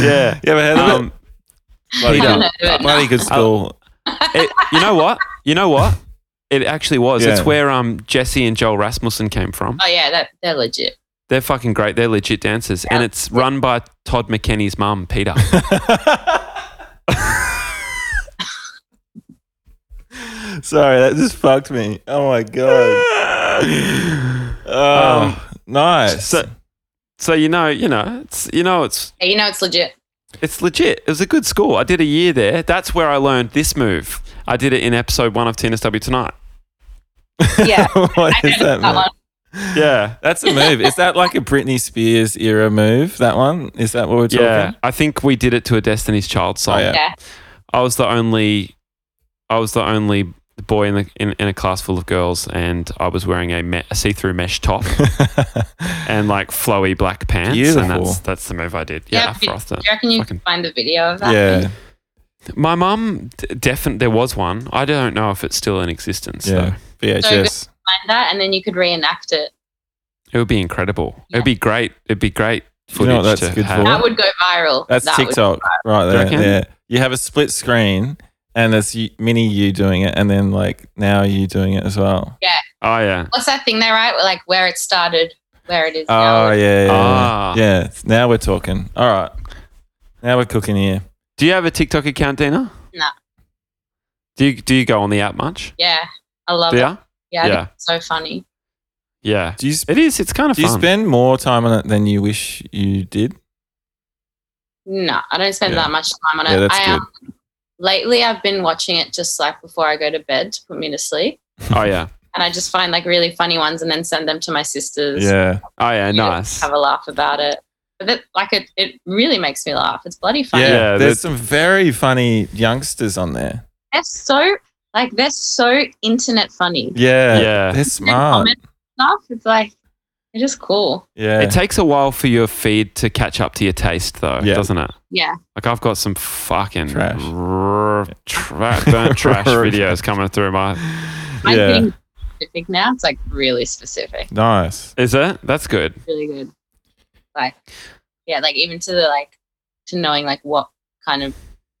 S1: yeah.
S2: yeah, but heard of
S1: Um,
S2: it? Bloody Uh,
S1: Peter. uh,
S2: good-
S4: I don't know, but
S2: bloody good school.
S1: it, you know what? You know what? It actually was.
S2: Yeah.
S1: It's where um, Jesse and Joel Rasmussen came from.
S4: Oh yeah, that they're legit.
S1: They're fucking great. They're legit dancers, and it's run by Todd McKenny's mum, Peter.
S2: Sorry, that just fucked me. Oh my god. Um, nice.
S1: So, so you know, you know, it's you know, it's
S4: Yeah, you know it's legit.
S1: it's legit. It was a good school. I did a year there. That's where I learned this move. I did it in episode one of TNSW tonight.
S4: Yeah.
S2: what
S4: I
S2: is
S4: noticed
S2: that?
S4: that
S2: man?
S4: one.
S1: Yeah,
S2: That's a move. Is that like a Britney Spears era move? That one? Is that what we're talking?
S1: yeah. I think we did it to a Destiny's Child song.
S2: Oh, yeah.
S4: Yeah.
S1: I was the only, I was the only boy in the in, in a class full of girls, and I was wearing a, me- a see-through mesh top and like flowy black pants. And
S2: Beautiful.
S1: that's that's the move I did. Yeah,
S4: Yeah,
S1: I
S4: but
S1: frothed it.
S4: Do you reckon you
S1: Fucking-
S4: can find the video of that?
S2: yeah.
S1: My mum, d- definitely, there was one. I don't know if it's still in existence. though.
S2: Yeah. VHS.
S4: Find that and then you could reenact it.
S1: It would be incredible.
S4: Yeah.
S1: It'd be great. It'd be great footage
S2: You know what that's
S1: to
S2: good
S1: have.
S2: for?
S4: That would go viral.
S2: That's
S4: that would-
S2: TikTok right
S1: Do you
S2: there.
S1: reckon?
S2: Yeah. You have a split screen and it's you, mini you doing it and then like now you doing it as well.
S1: Oh yeah.
S4: what's that thing they write? Where, Like where it started, where it is
S2: Oh
S4: now.
S2: yeah, yeah.
S1: Ah.
S2: Yeah. it's- Now we're talking. All right. Now we're cooking here.
S1: Do you have a TikTok account, Dina?
S4: Nah.
S1: Do you do you go on the app much?
S4: Yeah. I love
S1: yeah.
S4: it. Yeah. I think
S1: Yeah.
S4: it's so funny.
S1: Yeah.
S2: Do you, sp-
S1: It is. It's kind of
S2: do you
S1: fun.
S2: spend more time on it than you wish you did?
S4: No, I don't spend
S2: Yeah.
S4: that much time on it.
S2: Yeah, that's
S4: I, Um, lately, I've been watching it just like before I go to bed to put me to sleep.
S1: oh yeah.
S4: And I just find like really funny ones and then send them to my sisters.
S2: Yeah.
S1: Oh yeah.
S4: You know,
S1: Nice.
S4: Have a laugh about it. But that, like it, it really makes me laugh. It's bloody funny.
S2: Yeah.
S1: Yeah,
S2: there's some very funny youngsters on there.
S4: They're so like they're so internet funny.
S2: Yeah.
S1: Yeah.
S2: They're
S4: They
S2: smart.
S4: comment Stuff. It's like they're just cool.
S2: Yeah.
S1: It takes a while for your feed to catch up to your taste, though,
S2: Yeah.
S1: doesn't it?
S4: Yeah.
S1: Like I've got some fucking
S2: Trash.
S1: r- tra- burnt trash videos coming through my.
S4: I'm
S2: Yeah.
S4: getting specific now. It's like really specific.
S2: nice.
S1: Is it? That's good.
S4: really good. Like, yeah, like even to the like to knowing like what kind of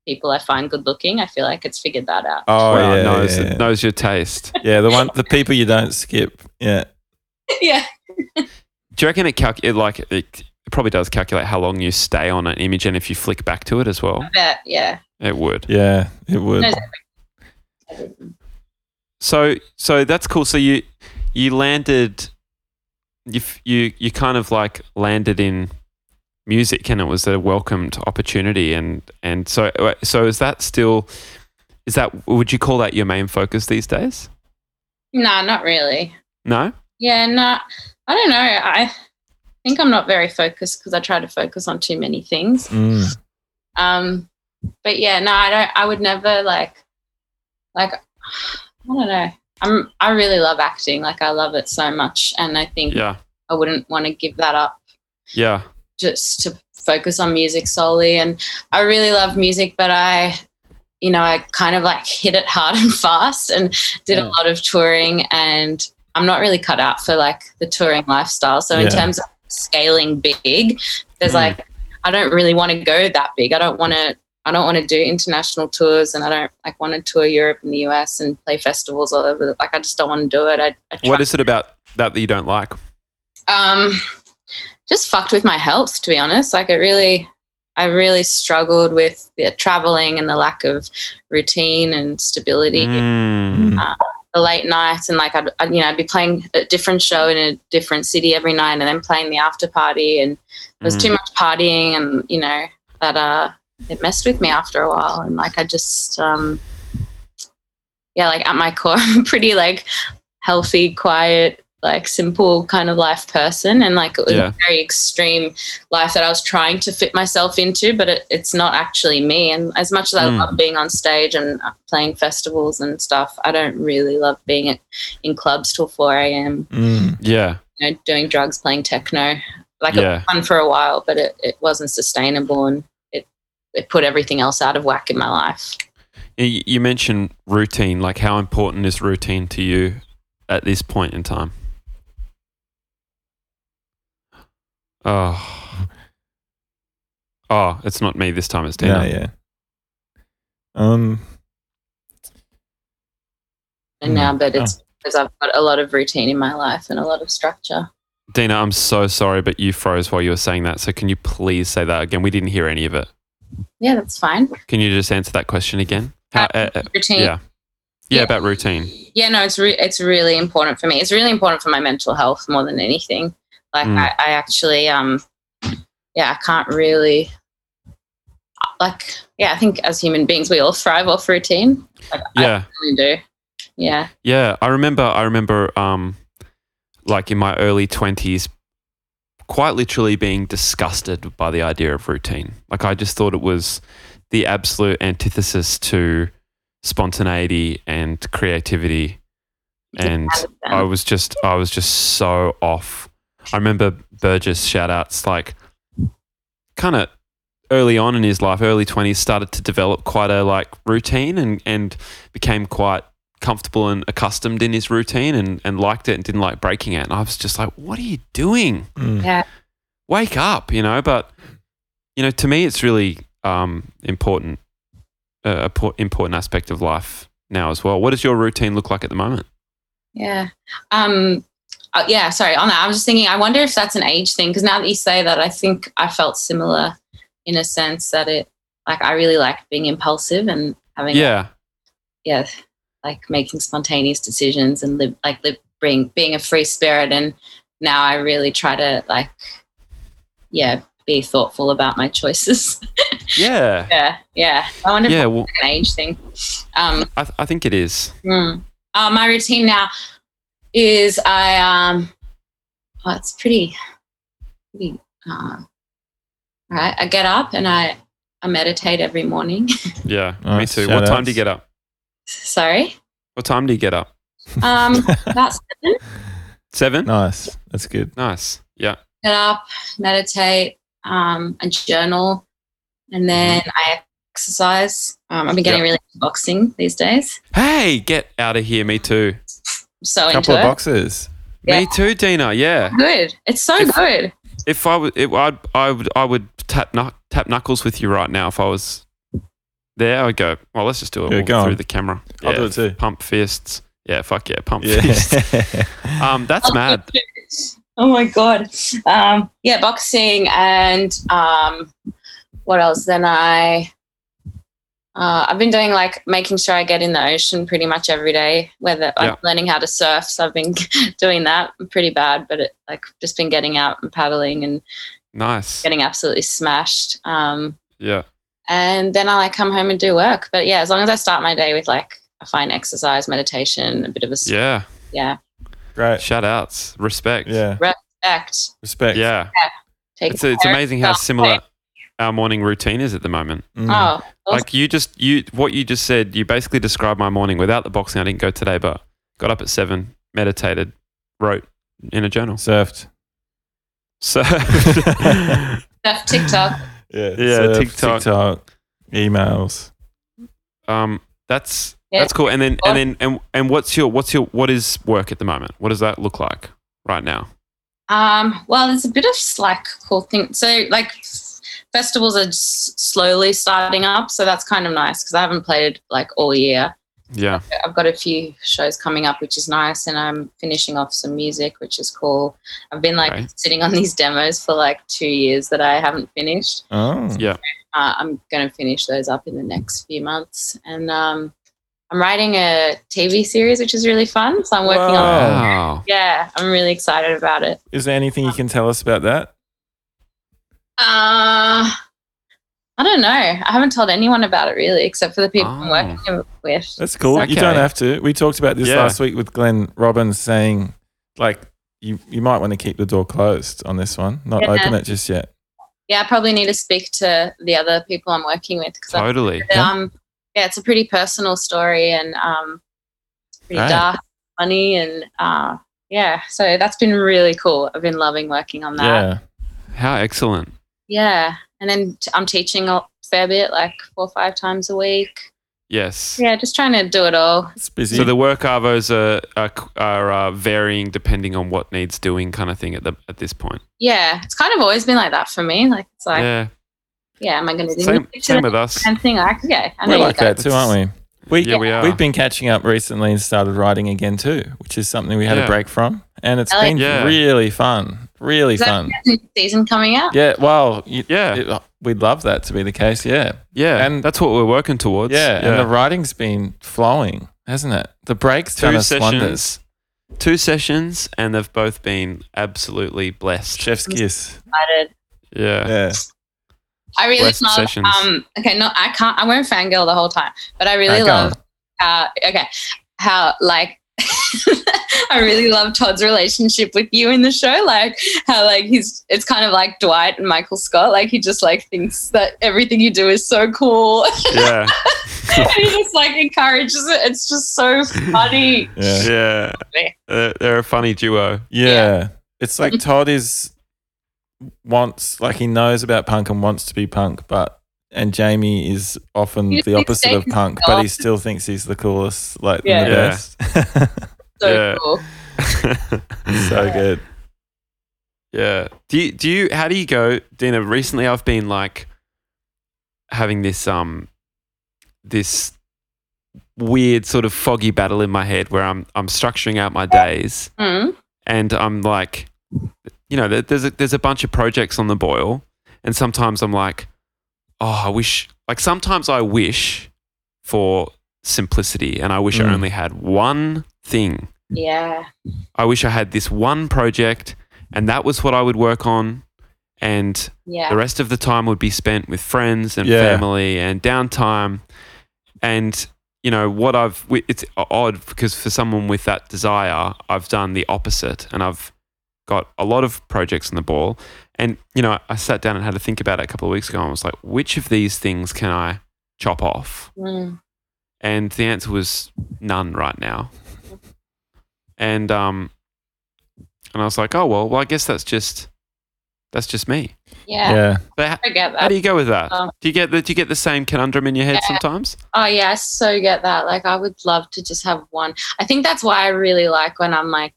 S4: people I find good looking, I feel like it's figured that out.
S2: Oh
S1: Wow,
S2: yeah,
S1: knows
S2: yeah, yeah.
S1: knows your taste.
S2: Yeah, the one the people you don't skip. Yeah.
S4: yeah,
S1: Do you reckon it, calc- it like it, it probably does calculate how long you stay on an image and if you flick back to it as well?
S4: I bet. Yeah,
S1: It would.
S2: Yeah, it would.
S4: Knows
S1: So so that's cool. So you you landed you f- you you kind of like landed in music and it was a welcomed opportunity and and so uh, so is that still is that would you call that your main focus these days?
S4: no, not really.
S1: No?
S4: Yeah, no, I don't know. I think I'm not very focused because I try to focus on too many things.
S2: Mm.
S4: Um, but yeah, no, I don't. I would never like, like, I don't know. I'm. I really love acting. Like, I love it so much, and I think
S1: Yeah.
S4: I wouldn't want to give that up
S1: Yeah.
S4: just to focus on music solely and i really love music but i you know i kind of like hit it hard and fast and did a lot of touring and i'm not really cut out for like the touring lifestyle so in
S2: Yeah.
S4: terms of scaling big there's
S1: Mm.
S4: like i don't really want to go that big i don't want to i don't want to do international tours and i don't like want to tour europe and the us and play festivals all over the- like i just don't want to do it i, I
S1: What is it about that that you don't like?
S4: um just fucked with my health to be honest like it really i really struggled with the traveling and the lack of routine and stability
S1: Mm.
S2: Mm.
S4: the late nights and like I'd, I'd you know i'd be playing a different show in a different city every night and then playing the after party and there was too much partying and you know that uh it messed with me after a while and like i just um yeah like at my core i'm pretty like healthy quiet like simple kind of life person and like it was
S1: Yeah.
S4: a very extreme life that i was trying to fit myself into but it, it's not actually me and as much as i
S1: Hmm.
S2: Mm.
S4: love being on stage and uh, playing festivals and stuff i don't really love being at, in clubs till 4am
S2: Mm.
S1: Yeah.
S4: you know doing drugs playing techno like it
S1: Yeah.
S4: fun for a while, but it, it wasn't sustainable and it, it put everything else out of whack in my life.
S1: Y- You mentioned routine. Like, how important is routine to you at this point in time? Oh, oh, it's not me this time. It's
S2: No,
S1: Dana.
S2: yeah. Um
S4: And
S2: Mm.
S1: Hmm.
S4: now, but
S1: Oh.
S4: it's because I've got a lot of routine in my life and a lot of structure.
S1: Dina, I'm so sorry, but you froze while you were saying that. So, can you please say that again? We didn't hear any of it.
S4: Yeah, that's fine.
S1: Can you just answer that question again? How, uh, uh,
S4: Routine.
S1: yeah. Yeah, about routine.
S4: yeah no it's re- it's really important for me it's really important for my mental health more than anything like
S1: Mm.
S4: I, I actually um yeah i can't really like yeah i think as human beings we all thrive off routine like,
S1: Yeah.
S4: i really do yeah
S1: Yeah, I remember. I remember, um, like in my early twenties, quite literally being disgusted by the idea of routine. Like I just thought it was the absolute antithesis to spontaneity and creativity, and I was just, I was just so off. I remember Burgess shout outs like, kind of early on in his life, early twenties, started to develop quite a like routine and and became quite comfortable and accustomed in his routine and, and liked it and didn't like breaking it. And I was just like, what are you doing?
S2: mm.
S4: yeah
S1: Wake up, you know? But, you know, to me, it's really um, important, uh, a po- important aspect of life now as well. What does your routine look like at the moment?
S4: Yeah. Um, uh, yeah, sorry. On that, I was just thinking, I wonder if that's an age thing. Because now that you say that, I think I felt similar in a sense that it, like, I really liked being impulsive and having,
S1: Yeah.
S4: yeah, like making spontaneous decisions and live, like, live, being being a free spirit and now I really try to like yeah, be thoughtful about my choices.
S1: Yeah.
S4: yeah, yeah. I wonder
S1: Yeah.
S4: if
S1: Well,
S4: it's an age thing. Um
S1: I, th- I think it is.
S4: Mm. Uh, my routine now is I um, well, it's pretty, pretty uh, right. I get up and I I meditate every morning.
S1: Yeah. me
S2: Alright,
S1: too.
S2: shout
S1: What time
S2: outs.
S1: do you get up?
S4: Sorry,
S1: What time do you get up?
S4: um, that's
S1: Seven.
S2: Nice. That's good.
S1: Nice. Yeah.
S4: get up, meditate, um, and journal, and then I exercise. Um, I've been getting
S1: Yeah.
S4: really into boxing these days.
S1: Hey, get out of here. Me too.
S4: I'm so
S2: couple
S4: into
S2: of
S4: it.
S2: boxes.
S1: Me too, Dina. Yeah.
S4: good. It's so
S1: If-
S4: good.
S1: If I would, if I'd, I would, I would tap knuck, tap knuckles with you right now if I was there. I'd go. Well, let's just do it
S2: Yeah,
S1: all
S2: go
S1: through
S2: on.
S1: the camera.
S2: I'll
S1: Yeah,
S2: do it too.
S1: Pump fists. Yeah. Fuck yeah. Pump fists.
S2: Yeah.
S1: Um, that's mad.
S4: Oh my god. Um, yeah, boxing and um, what else? Then I, uh, I've been doing like making sure I get in the ocean pretty much every day. Whether
S1: Yeah.
S4: I'm learning how to surf, so I've been doing that. I'm pretty bad, but it, like just been getting out and paddling and
S1: Nice.
S4: getting absolutely smashed. Um,
S1: Yeah.
S4: and then I like come home and do work. But yeah, as long as I start my day with like a fine exercise, meditation, a bit of a s-
S1: Yeah.
S4: yeah,
S2: Great.
S1: Shout outs. Respect.
S2: Yeah.
S4: act.
S2: Respect.
S1: Yeah.
S4: Take
S1: It's, it's
S4: care of
S1: amazing how
S4: yourself.
S1: similar our morning routine is at the moment.
S2: Mm.
S4: Oh,
S1: Like you just you what you just said, you basically described my morning without the boxing. I didn't go today, but got up at seven, meditated, wrote in a journal.
S2: Surfed.
S1: So
S2: yeah.
S4: Surf TikTok.
S2: surfed,
S1: TikTok.
S2: TikTok. Emails.
S1: um that's
S4: Yeah.
S1: that's cool. And then and then and and what's your what's your what is work at the moment? What does that look like right now?
S4: Um, well, there's a bit of like cool thing. So like f- festivals are just slowly starting up, so that's kind of nice because I haven't played like all year.
S1: Yeah.
S4: I've got a few shows coming up, which is nice, and I'm finishing off some music, which is cool. I've been like
S1: Right.
S4: sitting on these demos for like two years that I haven't finished.
S2: Oh.
S1: Yeah.
S4: Uh, I'm going to finish those up in the next few months, and um, I'm writing a TV series, which is really fun. So I'm working on.
S2: Wow.
S1: Wow.
S4: Yeah, I'm really excited about it.
S2: Is there anything you can tell us about that?
S4: Uh, I don't know. I haven't told anyone about it really, except for the people I'm
S1: Oh.
S4: working with.
S2: Ah. That's cool.
S1: Okay.
S2: You don't have to. We talked about this
S1: Yeah.
S2: last week with Glenn Robbins saying, like, you, you might want to keep the door closed on this one, not
S4: Yeah.
S2: open it just yet.
S4: Yeah, I probably need to speak to the other people I'm working with because
S1: Totally.
S4: um, yeah, it's a pretty personal story and um, it's pretty
S2: Right.
S4: dark, funny, and uh, yeah. So that's been really cool. I've been loving working on that.
S2: Yeah.
S1: How excellent.
S4: Yeah, and then t- I'm teaching a fair bit, like four or five times a week.
S1: Yes.
S4: Yeah, just trying to do it all.
S2: It's busy.
S1: So the work arvos are are, are uh, varying depending on what needs doing, kind of thing at the at this point.
S4: Yeah, it's kind of always been like that for me. Like it's like.
S1: yeah,
S4: yeah, am I going to do
S1: same
S4: music
S1: same
S4: today?
S1: with us.
S4: Kind of thing? Like, yeah, I
S2: We're
S4: know
S2: like
S4: you guys.
S2: that too, aren't we? We
S1: Yeah, we are.
S2: We've been catching up recently and started writing again too, which is something we had
S1: Yeah.
S2: a break from, and it's
S4: I like
S2: been
S1: that. Yeah.
S2: really fun. Really
S4: Is that-
S2: fun.
S4: New season coming out.
S2: Yeah. Well, you,
S1: Yeah.
S2: it- we'd love that to be the case. Yeah.
S1: Yeah, and
S2: And-
S1: that's what we're working towards.
S2: yeah. And the writing's been flowing, hasn't it? The break's done
S1: two
S2: us wonders.
S1: sessions, two sessions, and they've both been absolutely blessed.
S2: Chef's kiss.
S4: Excited.
S1: Yeah,
S2: Yeah.
S4: I really
S1: West
S4: love.
S1: sessions.
S4: Um, okay, no, I can't. I won't fangirl the whole time, but I really
S2: Uh, go
S4: love. How, okay, how like. I really love Todd's relationship with you in the show. Like how like he's it's kind of like Dwight and Michael Scott. Like he just like thinks that everything you do is so cool.
S1: yeah,
S4: and he just like encourages it. It's just so funny.
S2: Yeah.
S1: yeah. They're, they're a funny duo.
S2: Yeah. It's like Todd is wants like he knows about punk and wants to be punk, but and Jamie is often
S4: You
S2: the
S4: think
S2: opposite of
S4: Jamie's
S2: punk,
S4: the
S2: but he still thinks he's the coolest, like and the
S1: Yeah. Yeah.
S2: best.
S4: So
S1: Yeah.
S4: cool.
S2: so good.
S1: Yeah. Do you, do you how do you go, Dina? Recently, I've been like having this um this weird sort of foggy battle in my head where I'm I'm structuring out my days
S4: Mm.
S1: and I'm like, you know, there- there's a, there's a bunch of projects on the boil, and sometimes I'm like, oh, I wish. Like sometimes I wish for simplicity, and I wish I
S2: Mm.
S1: only had one thing
S4: Yeah.
S1: I wish I had this one project and that was what I would work on. And
S4: Yeah.
S1: the rest of the time would be spent with friends and
S2: Yeah.
S1: family and downtime. And, you know, what I've, wi- it's o- odd because for someone with that desire, I've done the opposite and I've got a lot of projects on the ball. And, you know, I sat down and had to think about it a couple of weeks ago and I was like, which of these things can I chop off?
S4: Mm.
S1: And the answer was none right now. And um and I was like, oh well, well I guess that's just that's just me.
S4: Yeah.
S2: yeah.
S1: But how,
S4: I get
S1: how
S4: that.
S1: do you go with that?
S4: Um,
S1: Do you get the do you get the same conundrum in your head
S4: Yeah.
S1: sometimes?
S4: oh yeah, I so get that. Like I would love to just have one. I think that's why I really like when I'm like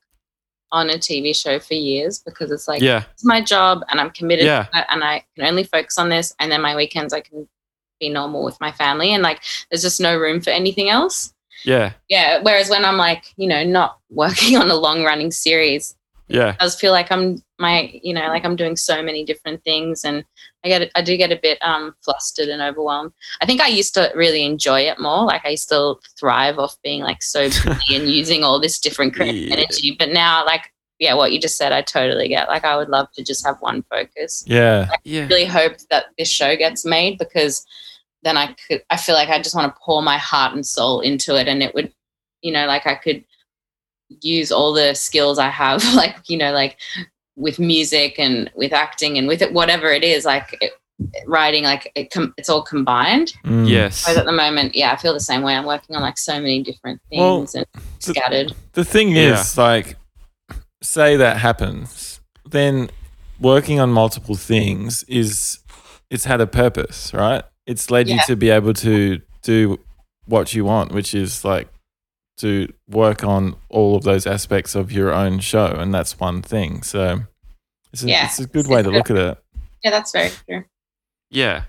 S4: on a TV show for years because it's like
S1: yeah.
S4: it's my job and I'm committed
S1: Yeah.
S4: to it and I can only focus on this and then my weekends I can be normal with my family and like there's just no room for anything else.
S1: Yeah.
S4: Yeah. Whereas when I'm like, you know, not working on a long running series,
S1: Yeah.
S4: I just feel like I'm my, you know, like I'm doing so many different things, and I get, I do get a bit um, flustered and overwhelmed. I think I used to really enjoy it more. Like I used to thrive off being like so busy and using all this different creative
S1: Yeah.
S4: energy. But now, like, yeah, what you just said, I totally get. Like, I would love to just have one focus.
S2: Yeah.
S1: Yeah.
S4: Really hope that this show gets made because then I could. I feel like I just want to pour my heart and soul into it, and it would, you know, like I could use all the skills I have, like you know, like with music and with acting and with it, whatever it is, like it, writing, like it com- it's all combined.
S2: Mm.
S1: Yes.
S4: Whereas at the moment, yeah, I feel the same way. I'm working on like so many different
S2: Well,
S4: things and scattered.
S2: The thing
S1: Yeah.
S2: is, like, say that happens, then working on multiple things is it's had a purpose, right? It's led you
S4: Yeah.
S2: to be able to do what you want, which is like to work on all of those aspects of your own show, and that's one thing. So it's a,
S4: Yeah.
S2: it's a good way to look at it.
S4: Yeah, that's very true.
S1: Yeah.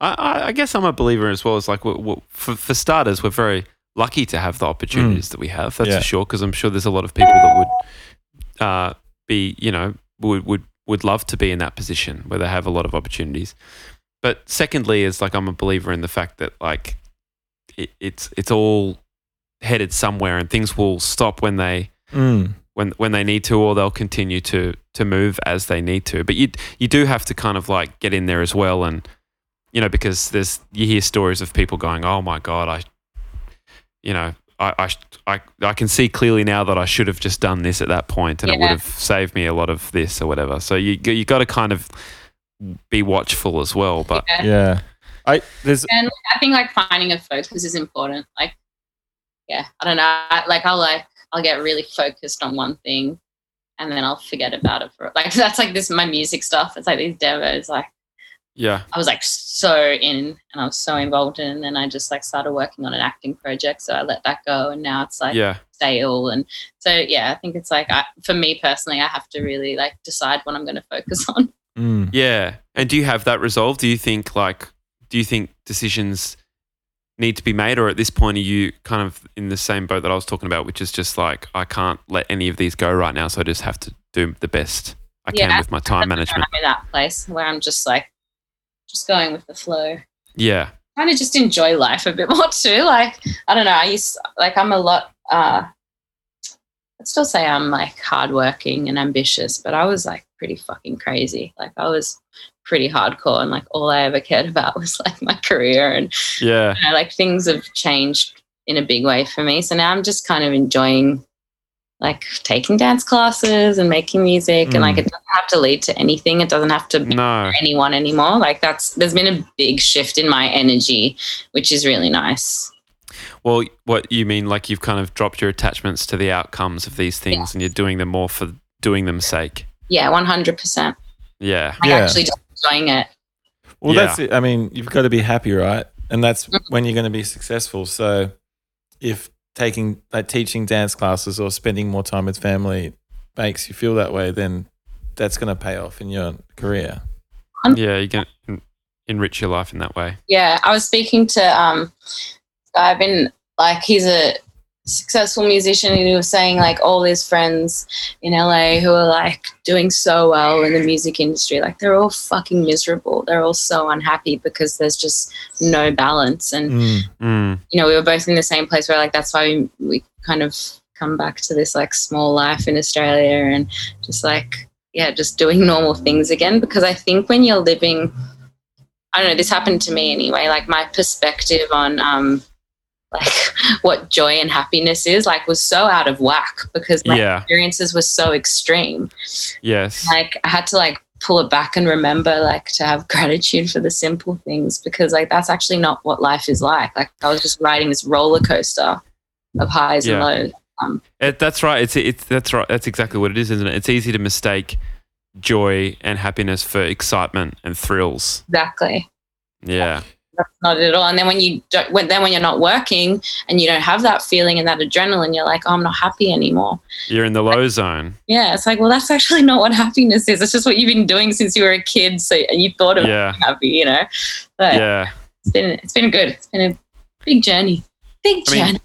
S1: I, I, I guess I'm a believer as well. It's like, we we for, for starters, we're very lucky to have the opportunities that we have. That's
S2: Yeah.
S1: for sure. Because I'm sure there's a lot of people that would uh, be, you know, would, would, would love to be in that position where they have a lot of opportunities. But secondly, is like, I'm a believer in the fact that, like, it, it's, it's all headed somewhere and things will stop when they
S2: Mm.
S1: when when they need to, or they'll continue to to move as they need to. But you you do have to kind of like get in there as well, and you know because there's you hear stories of people going, oh my god, I, you know. I, I, sh- I, I can see clearly now that I should have just done this at that point and it would
S4: Yeah.
S1: have saved me a lot of this or whatever. So you you got to kind of be watchful as well. But
S4: Yeah.
S2: Yeah. I there's
S4: and I think like finding a focus is important. Like, yeah, I don't know. I, like I'll like I'll get really focused on one thing, and then I'll forget about it for like that's like this my music stuff. It's like these demos. Like
S1: yeah,
S4: I was like so in and I was so involved in, and then I just like started working on an acting project, so I let that go, and now it's like
S1: yeah,
S4: stale. And so yeah, I think it's like I, for me personally, I have to really like decide what I'm going to focus on.
S2: mm,
S1: yeah. And do you have that resolve? Do you think like do you think decisions need to be made or at this point are you kind of in the same boat that I was talking about which is just like I can't let any of these go right now so I just have to do the best I can
S4: Yeah.
S1: with my time management.
S4: I'm in that place where I'm just like just going with the flow.
S1: Yeah.
S4: kind of just enjoy life a bit more too. Like I don't know, I used like I'm a lot. Uh, I'd still say I'm like hardworking and ambitious, but I was like pretty fucking crazy. Like I was pretty hardcore, and like all I ever cared about was like my career, and
S1: Yeah.
S4: you know, like things have changed in a big way for me. So now I'm just kind of enjoying like taking dance classes and making music, and like
S2: Mm.
S4: it doesn't have to lead to anything. It doesn't have to be
S1: No.
S4: anyone anymore. Like that's there's been a big shift in my energy, which is really nice.
S1: Well, what you mean like you've kind of dropped your attachments to the outcomes of these things and you're doing them more for doing them sake.
S4: Yeah, one hundred percent.
S1: Yeah.
S4: I'm
S2: Yeah.
S4: actually just enjoying it.
S2: Well,
S1: Yeah.
S2: that's it. I mean, you've got to be happy, right? And that's when you're going to be successful. So, if taking like teaching dance classes or spending more time with family makes you feel that way, then that's going to pay off in your career.
S1: Yeah, you can en- enrich your life in that way.
S4: Yeah, I was speaking to um, I've been like he's a successful musician, and he was saying like all his friends in LA who are like doing so well in the music industry, like they're all fucking miserable. They're all so unhappy because there's just no balance and.
S1: Mm.
S4: you know, we were both in the same place where like that's why we, we kind of come back to this like small life in Australia and just like yeah, just doing normal things again because I think when you're living I don't know, this happened to me anyway, like my perspective on um like what joy and happiness is like was so out of whack because my
S1: Yeah.
S4: experiences were so extreme.
S1: Yes.
S4: Like I had to like pull it back and remember like to have gratitude for the simple things because like that's actually not what life is like. Like I was just riding this roller coaster of highs
S1: Yeah.
S4: and lows.
S1: It, that's right. It's it's that's right. That's exactly what it is, isn't it? It's easy to mistake joy and happiness for excitement and thrills.
S4: Exactly.
S1: Yeah.
S4: That's not it at all. And then when you don't, when then when you're not working and you don't have that feeling and that adrenaline, you're like, oh, I'm not happy anymore.
S1: You're in the low zone.
S4: Yeah, it's like, well, that's actually not what happiness is. It's just what you've been doing since you were a kid, so and you thought of
S1: Yeah.
S4: happy, you know. But
S1: Yeah.
S4: it's been it's been good. It's been a big journey, big
S1: I mean,
S4: journey.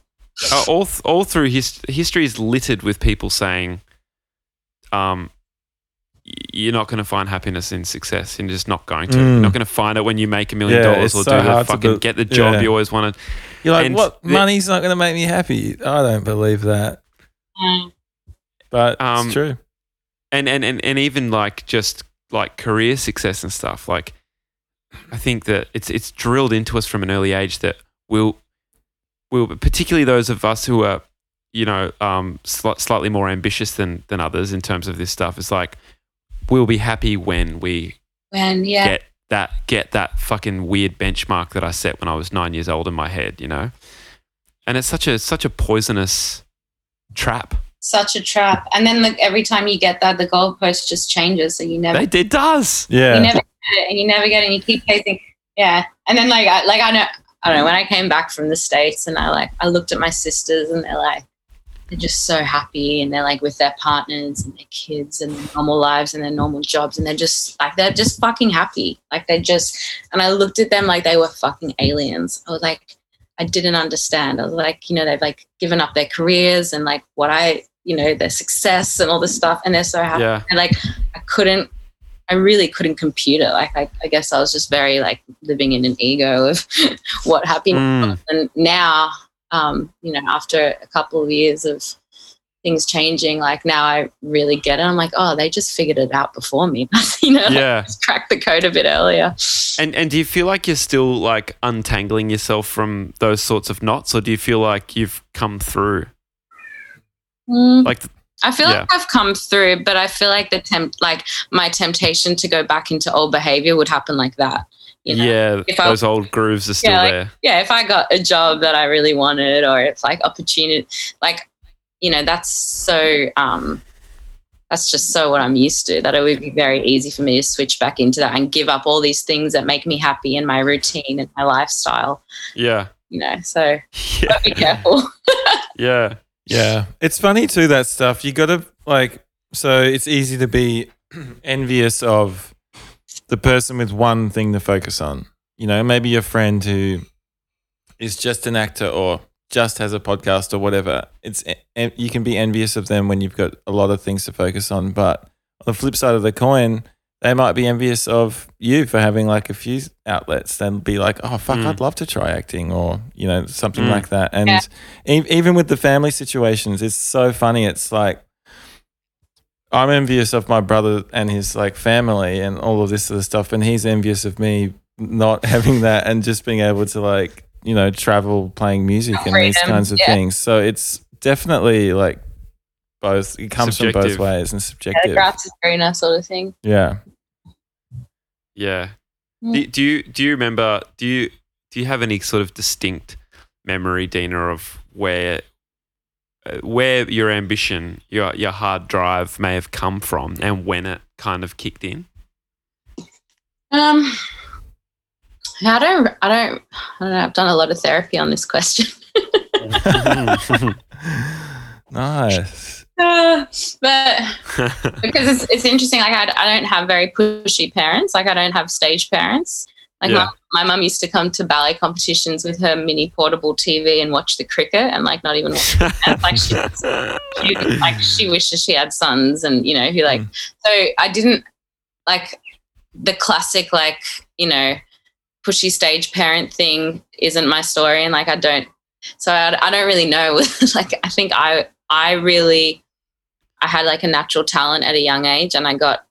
S1: Uh, all th- all through his- history is littered with people saying, um, y- you're not going to find happiness in success. You're just not going to. You're
S2: Mm.
S1: not going to find it when you make a million
S2: Yeah,
S1: dollars
S2: it's
S1: or do
S2: so
S1: the
S2: hard to
S1: fucking
S2: do-
S1: get the job
S2: yeah.
S1: you always wanted.
S2: You're like,
S1: And
S2: what?
S1: the-
S2: Money's not going to make me happy. I don't believe that.
S4: Mm.
S2: But
S1: Um,
S2: it's true.
S1: and and and, and even like just like career success and stuff like i think that it's it's drilled into us from an early age that we'll we'll particularly those of us who are you know um sli- slightly more ambitious than than others in terms of this stuff is like we'll be happy when we
S4: When yeah,
S1: get that get that fucking weird benchmark that I set when I was nine years old in my head, you know? And it's such a such a poisonous trap.
S4: such a trap. And then like every time you get that, the goalpost just changes, so you never
S1: It, it does.
S2: Yeah.
S4: you never get it and you never get it and you keep chasing yeah and then like I, like i know i don't know when i came back from the states and i like i looked at my sisters and they're like they're just so happy and they're like with their partners and their kids and their normal lives and their normal jobs and they're just like they're just fucking happy like they're just and i looked at them like they were fucking aliens i was like i didn't understand i was like you know they've like given up their careers and like what i you know their success and all this stuff and they're so happy
S1: Yeah.
S4: I, like I couldn't I really couldn't compute it. Like I, I guess I was just very like living in an ego of what happiness
S1: Mm.
S4: was. and now um, you know, after a couple of years of things changing, like now I really get it. I'm like, oh, they just figured it out before me. you know, like,
S1: Yeah.
S4: just cracked the code a bit earlier.
S1: And and do you feel like you're still like untangling yourself from those sorts of knots, or do you feel like you've come through?
S4: Mm.
S1: Like,
S4: I feel
S1: Yeah.
S4: like I've come through, but I feel like the tempt like my temptation to go back into old behavior would happen like that. You know?
S1: yeah,
S4: if I-
S1: those old grooves are still
S4: Yeah, like-
S1: there.
S4: yeah, if I got a job that I really wanted, or it's like opportunity, like you know, that's so um, that's just so what I'm used to. That it would be very easy for me to switch back into that and give up all these things that make me happy in my routine and my lifestyle.
S1: Yeah,
S4: You know, so
S1: yeah,
S4: be careful.
S1: yeah,
S2: Yeah. It's funny too, that stuff. You got to, like, so it's easy to be envious of the person with one thing to focus on. You know, maybe your friend who is just an actor or just has a podcast or whatever. It's en- you can be envious of them when you've got a lot of things to focus on, but on the flip side of the coin, they might be envious of you for having like a few outlets. Then be like, "Oh fuck,
S1: Mm.
S2: I'd love to try acting," or you know, something
S1: Mm.
S2: like that. And
S4: Yeah.
S2: e- even with the family situations, it's so funny. It's like I'm envious of my brother and his like family and all of this sort of stuff, and he's envious of me not having that and just being able to like you know travel playing music and these
S4: Freedom,
S2: kinds of
S4: yeah.
S2: things. So it's definitely like both. It comes from both
S1: Subjective.
S2: ways and
S4: yeah, the
S2: subjective.
S4: grass is greener, sort of thing.
S2: Yeah.
S1: yeah.
S4: Mm.
S1: Do, do you do you remember? Do you do you have any sort of distinct memory, Dina, of where uh, where your ambition, your your hard drive, may have come from, and when it kind of kicked in?
S4: Um, I don't, I don't, I don't know. I've done a lot of therapy on this question.
S2: nice.
S4: Uh, but because it's, it's interesting like I, I don't have very pushy parents like i don't have stage parents like
S1: Yeah.
S4: my, my mum used to come to ballet competitions with her mini portable tv and watch the cricket and like not even watch it. like she, she like she wishes she had sons and you know who
S1: Hmm.
S4: like so i didn't like the classic like you know pushy stage parent thing isn't my story and like i don't so i, I don't really know like i think i I really, I had like a natural talent at a young age, and I got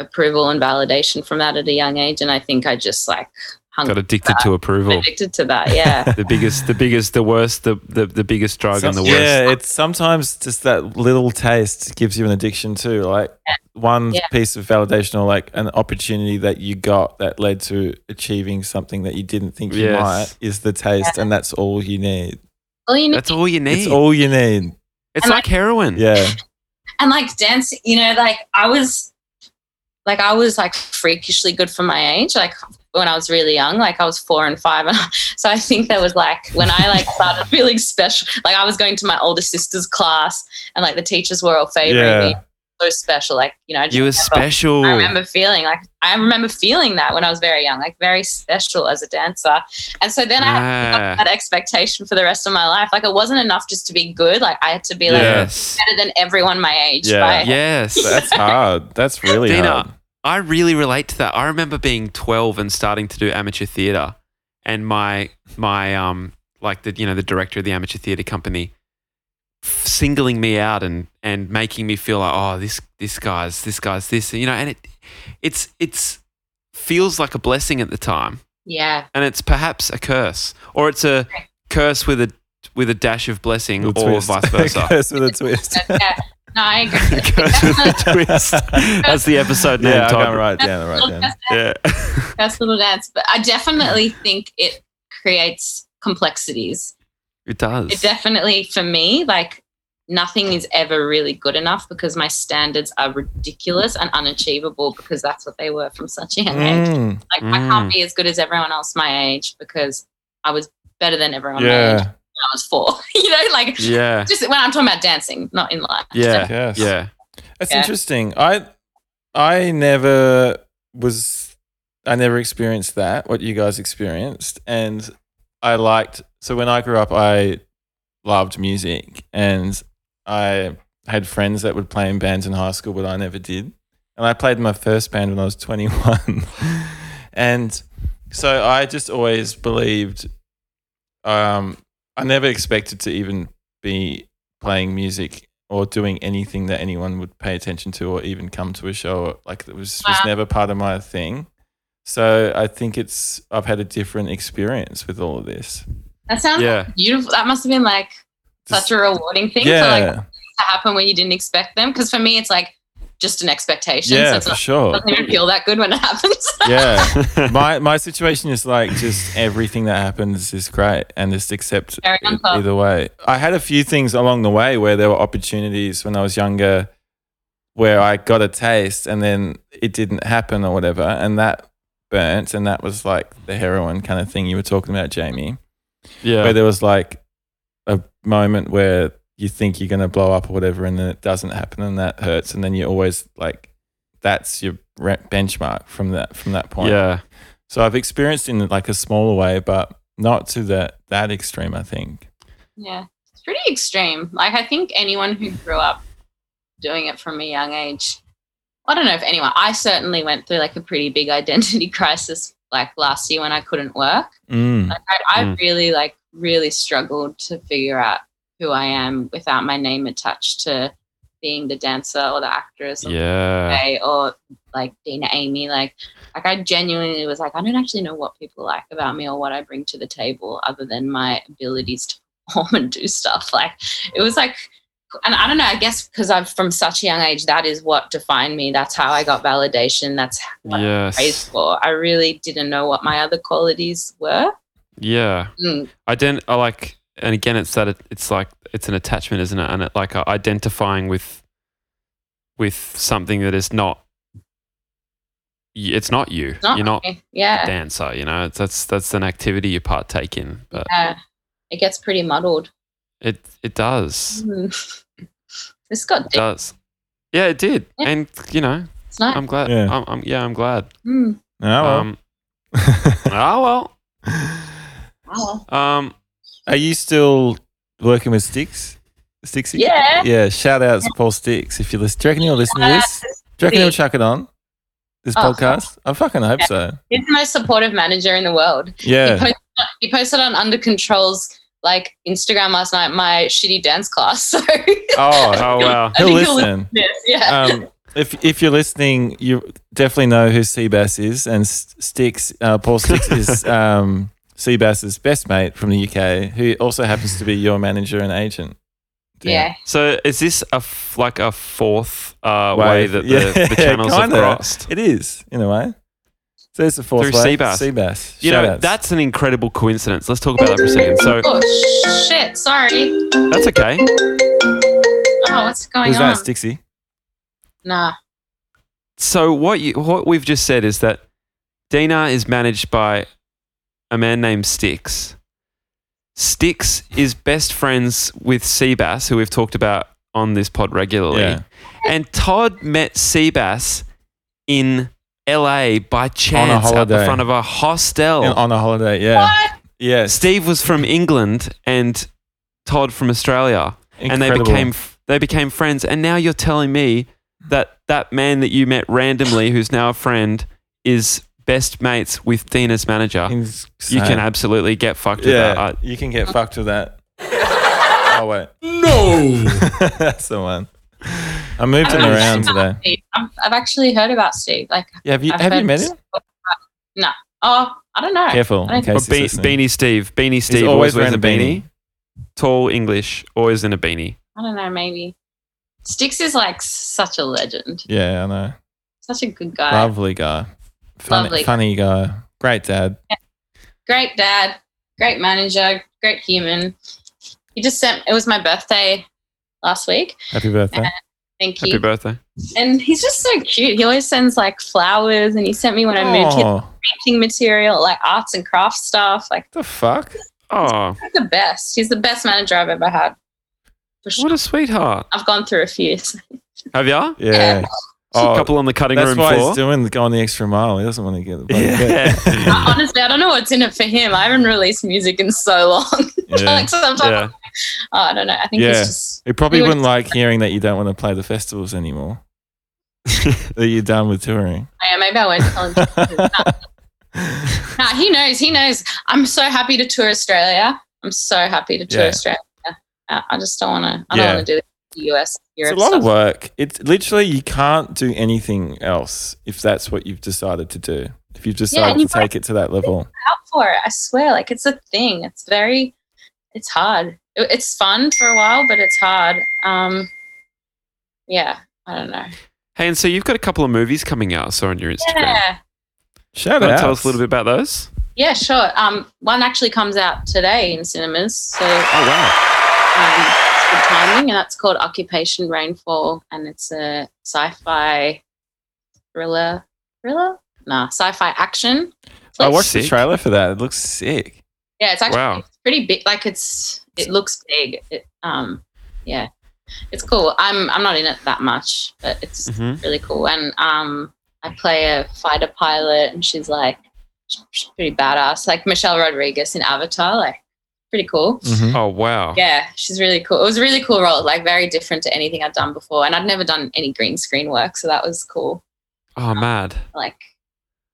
S4: approval and validation from that at a young age. And I think I just like hung
S1: Got addicted
S4: uh,
S1: to approval.
S4: addicted to that. Yeah,
S1: The biggest, the biggest, the worst, the the, the biggest drug and the worst.
S2: Yeah, it's sometimes just that little taste gives you an addiction too. Like one
S4: Yeah.
S2: piece of validation or like an opportunity that you got that led to achieving something that you didn't think you
S1: Yes.
S2: might is the taste, and that's all you need.
S4: all you need
S1: That's all you need. Mm.
S2: It's all you need.
S1: It's
S4: And
S1: like heroin.
S2: Yeah.
S4: and like dancing, you know, like I was, like I was like freakishly good for my age, like when I was really young, like I was four and five, and so I think that was like when I like started feeling special. Like I was going to my older sister's class, and like the teachers were all favoring
S2: Yeah.
S4: me, so special. Like you know, I just
S1: You were
S4: remember-
S1: special.
S4: I remember feeling like I remember feeling that when I was very young, like very special as a dancer, and so then I had
S1: Ah,
S4: that expectation for the rest of my life. Like it wasn't enough just to be good. Like I had to be like
S2: Yeah.
S1: yes.
S4: better than everyone my age.
S2: Yeah.
S4: by-
S1: Yes.
S2: That's hard. That's really
S1: Dina,
S2: hard.
S1: I really relate to that. I remember being 12 and starting to do amateur theater and my my um like the you know the director of the amateur theater company f- singling me out and and making me feel like oh this this guy's this guy's this you know and it it's it's feels like a blessing at the time
S4: Yeah.
S1: and it's perhaps a curse or it's a curse with a with a dash of blessing
S2: With a
S1: or
S2: twist.
S1: vice versa
S2: Curse with a twist.
S4: yeah. No, I agree.
S1: curse with a twist that's the episode name
S2: yeah, I
S1: Todd.
S2: can't write it down. I'll Write it down.
S1: yeah
S4: That's little dance. But I definitely think it creates complexities.
S1: it does
S4: It definitely, for me, like nothing is ever really good enough because my standards are ridiculous and unachievable because that's what they were from such a young age.
S2: Mm,
S4: Like I can't
S1: Mm.
S4: be as good as everyone else my age because I was better than everyone my age
S2: yeah.
S4: when I was four. you know, like
S1: yeah
S4: just when I'm talking about dancing, not in life.
S1: Yeah.
S2: Yes.
S1: Yeah.
S2: That's
S4: Yeah.
S2: interesting. I I never was I never experienced that what you guys experienced and I liked so when I grew up I loved music and I had friends that would play in bands in high school but I never did. And I played in my first band when I was 21. and so I just always believed um I never expected to even be playing music or doing anything that anyone would pay attention to or even come to a show. Like it was was
S4: Wow.
S2: never part of my thing. So I think it's I've had a different experience with all of this.
S4: That sounds
S1: Yeah.
S4: beautiful. That must have been like such a rewarding thing for like
S2: yeah,
S4: to happen when you didn't expect them. Because for me, it's like just an expectation.
S2: yeah,
S4: so
S2: for
S4: it's
S2: sure.
S4: not, doesn't even feel that good when it happens.
S2: yeah. My my situation is like just everything that happens is great and just accept
S4: Very
S2: it
S4: unfair.
S2: either way. I had a few things along the way where there were opportunities when I was younger where I got a taste and then it didn't happen or whatever and that burnt and that was like the heroin kind of thing you were talking about, Jamie.
S1: Yeah.
S2: Where there was like a moment where you think you're gonna blow up or whatever and then it doesn't happen and that hurts and then you always like that's your re- benchmark from that from that point.
S1: yeah.
S2: So I've experienced in like a smaller way, but not to that that extreme. I think.
S4: yeah, it's pretty extreme. Like I think anyone who grew up doing it from a young age, I don't know if anyone. I certainly went through like a pretty big identity crisis like last year when I couldn't work.
S2: Mm.
S4: Like I, I
S1: Mm.
S4: really like really struggled to figure out who I am without my name attached to being the dancer or the actress or
S1: Yeah.
S4: way or like Dina Amy. Like, like I genuinely was like, I don't actually know what people like about me or what I bring to the table other than my abilities to perform and do stuff. Like, it was like, and I don't know, I guess because I'm from such a young age, that is what defined me. That's how I got validation. That's what I was praised
S1: Yes.
S4: for. I really didn't know what my other qualities were.
S1: Yeah.
S4: Mm,
S1: I don't. I like, and again, it's that. It, it's like it's an attachment, isn't it? And it, like uh, identifying with with something that is not. y- It's not you.
S4: it's not
S1: You're not
S4: me.
S1: a
S4: Yeah.
S1: dancer. You know, it's, that's that's an activity you partake in, but
S4: yeah. It gets pretty muddled.
S1: it it does.
S4: Mm. this got
S1: It
S4: deep.
S1: does. Yeah, it did,
S4: Yeah.
S1: and you know,
S4: It's nice.
S1: I'm glad.
S2: Yeah.
S1: I'm, I'm yeah, I'm glad.
S4: Mm.
S2: Oh, well.
S1: Um, oh well.
S4: Wow.
S1: Um,
S2: Are you still working with Sticks? Sticks?
S4: Yeah.
S2: Yeah. Shout out to Paul Sticks if you listen. Do you reckon he'll listen to this? Do you reckon he'll chuck it on this
S4: Oh.
S2: podcast? I fucking hope so.
S4: He's the most supportive manager in the world. He,
S2: Yeah.
S4: posted, he posted on Under Control's like Instagram last night my shitty dance class. So
S2: Oh,
S1: Oh, wow.
S4: I
S2: he'll
S4: think he'll
S2: listen.
S4: yes, yeah.
S2: um, if if you're listening, you definitely know who Seabass is, and S- Sticks uh, Paul Sticks is um, Seabass's best mate from the UK, who also happens to be your manager and agent.
S4: yeah.
S1: So is this a f- like a fourth uh,
S2: Wave.
S1: way that the,
S2: Yeah,
S1: the channels have
S2: kinda.
S1: crossed?
S2: It is in a way. So there's the fourth
S1: Through
S2: way.
S1: Seabass.
S2: Seabass.
S1: You know,
S2: Shoutouts.
S1: that's an incredible coincidence. Let's talk about that for a second. So
S4: oh shit! Sorry.
S1: that's okay.
S4: Oh, what's going
S2: who's
S4: on?
S2: that, Stixie?
S4: Nah.
S1: So what you what we've just said is that Dina is managed by a man named Styx. Styx is best friends with Seabass, who we've talked about on this pod regularly.
S2: Yeah.
S1: And Todd met Seabass in LA by chance out the
S2: holiday.
S1: front of a hostel.
S2: In- on a holiday. Yeah.
S4: What?
S2: Yes.
S1: Steve was from England and Todd from Australia, and they
S2: Incredible.
S1: became they became friends. And now you're telling me that that man that you met randomly, who's now a friend, is best mates with Dina's manager.
S2: Insane.
S1: You can absolutely get fucked with
S2: Yeah.
S1: that. I-
S2: you can get fucked with that. oh wait. No. that's the one. I moved him
S4: I've
S2: around
S4: actually-
S2: today.
S4: I've, I've actually heard about Steve. Like,
S2: Yeah, have you
S4: I've
S2: have you
S4: heard
S2: met him?
S4: oh, I don't know.
S2: Careful, in
S4: But
S1: but
S2: case
S1: Be-
S2: he's listening.
S1: Beanie Steve, Beanie Steve, always,
S2: always
S1: wears
S2: wearing
S1: a
S2: a
S1: beanie.
S2: beanie.
S1: Tall English, always in a beanie.
S4: I don't know. Maybe Styx is like such a legend.
S2: Yeah, I know.
S4: Such a good guy.
S2: Lovely guy. Funny,
S4: Lovely.
S2: funny guy. Great dad.
S4: great dad, great manager, great human. He just sent. It was my birthday last week.
S2: Happy birthday.
S4: Thank
S1: Happy
S4: you.
S1: birthday.
S4: And he's just so cute. He always sends like flowers, and he sent me when I moved here
S2: Oh,
S4: painting material, like arts and craft stuff. Like
S2: the fuck?
S1: Oh,
S4: he's the best. He's the best manager I've ever had. For sure.
S1: what a sweetheart.
S4: I've gone through a few. so-
S1: Have ya?
S2: Yeah.
S1: a
S2: Oh,
S1: couple on the cutting
S2: that's
S1: room
S2: why
S1: floor.
S2: he's doing the, going the extra mile. He doesn't want to get the bloody
S1: Yeah.
S2: bit.
S4: I- Honestly, I don't know what's in it for him. I haven't released music in so long.
S2: yeah.
S4: like sometimes,
S1: yeah.
S4: oh, I don't know. I think
S2: Yeah.
S4: he's just
S2: He probably
S4: He would-
S2: wouldn't like hearing that you don't want to play the festivals anymore. that you're done with touring.
S4: Oh, yeah, maybe I won't tell him. nah, he knows. He knows. I'm so happy to tour Australia. I'm so happy to tour
S2: Yeah.
S4: Australia. I I just don't want to. I
S2: Yeah.
S4: don't want to do the US,
S2: It's a
S4: Europe
S2: lot
S4: stuff.
S2: of work. It's literally you can't do anything else if that's what you've decided to do. If you've decided
S4: you
S2: to take it to that level.
S4: Out for it. I swear, like it's a thing. It's very, it's hard. It- It's fun for a while, but it's hard. Um, yeah, I don't know.
S1: Hey, and so you've got a couple of movies coming out, I saw on your Instagram.
S4: Yeah,
S2: Shout
S1: Want
S2: out.
S1: to tell us a little bit about those?
S4: yeah, sure. Um, one actually comes out today in cinemas, so
S1: Oh wow!
S4: um, it's good timing, and that's called Occupation Rainfall, and it's a sci-fi thriller. Thriller? Nah, sci-fi action.
S2: I watched
S1: Sick.
S2: the trailer for that. It looks sick.
S4: Yeah, it's actually
S1: Wow.
S4: it's pretty big. Like it's, it looks big. It, um, yeah, it's cool. I'm, I'm not in it that much, but it's
S1: hmm
S2: Mm-hmm.
S4: really cool. And um, I play a fighter pilot, and she's like, she's pretty badass. Like Michelle Rodriguez in Avatar, like pretty cool.
S2: Mm-hmm.
S1: Oh wow!
S4: Yeah, she's really cool. It was a really cool role, like very different to anything I'd done before. And I'd never done any green screen work, so that was cool.
S1: Oh mad!
S4: Like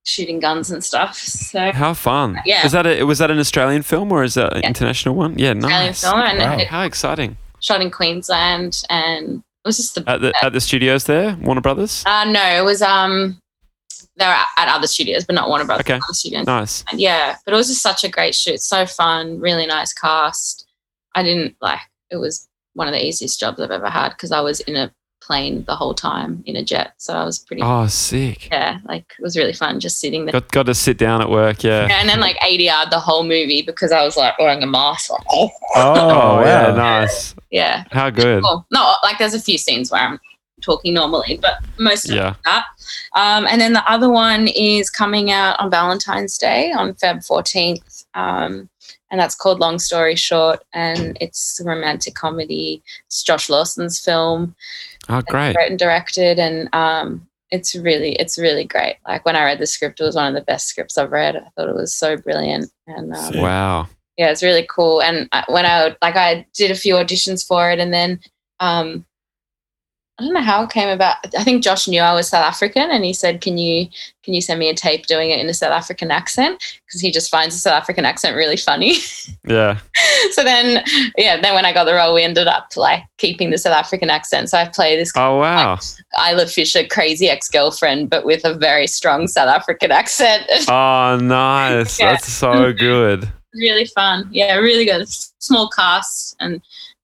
S4: shooting guns and stuff. So
S1: How fun!
S4: Yeah.
S1: Is that a, was that an Australian film or is that an
S4: Yeah.
S1: international one? Yeah,
S4: Australian
S1: nice.
S4: film and
S2: Wow.
S4: it
S1: How exciting!
S4: shot in Queensland and it was just the
S1: At the at the studios there, Warner Brothers.
S4: uh no, it was um they were at at other studios, but not Warner Brothers.
S1: Okay.
S4: Other studios.
S1: Nice.
S4: Yeah. But it was just such a great shoot. So fun, really nice cast. I didn't like it was one of the easiest jobs I've ever had because I was in a plane the whole time in a jet. So I was pretty
S1: Oh, sick!
S4: yeah, like it was really fun just sitting there.
S1: Got got to sit down at work. Yeah.
S4: Yeah, and then like ADR the whole movie because I was like wearing a mask. Like, oh.
S2: Oh,
S1: Oh,
S2: wow.
S1: yeah, nice.
S4: Yeah.
S1: How good.
S4: Well, no, like there's a few scenes where I'm talking normally, but most of
S1: Yeah.
S4: that. Um, and then the other one is coming out on Valentine's Day on Feb 14th. Um, and that's called Long Story Short, and it's a romantic comedy. It's Josh Lawson's film.
S1: Oh, great.
S4: wrote and directed and um it's really it's really great like when i read the script it was one of the best scripts i've read i thought it was so brilliant and um,
S2: Sick.
S1: Wow.
S4: yeah it's really cool uh, and I, when i like i did a few auditions for it and then um I don't know how it came about. I think Josh knew I was South African, and he said, "Can you can you send me a tape doing it in a South African accent?" Because he just finds a South African accent really funny.
S1: Yeah.
S4: so then, yeah, then when I got the role, we ended up like keeping the South African accent. So I play this
S1: Oh wow.
S4: Isla Fisher crazy ex girlfriend, but with a very strong South African accent.
S1: Oh nice.
S4: Yeah.
S1: That's so good.
S4: really fun. Yeah, really good. Small cast, and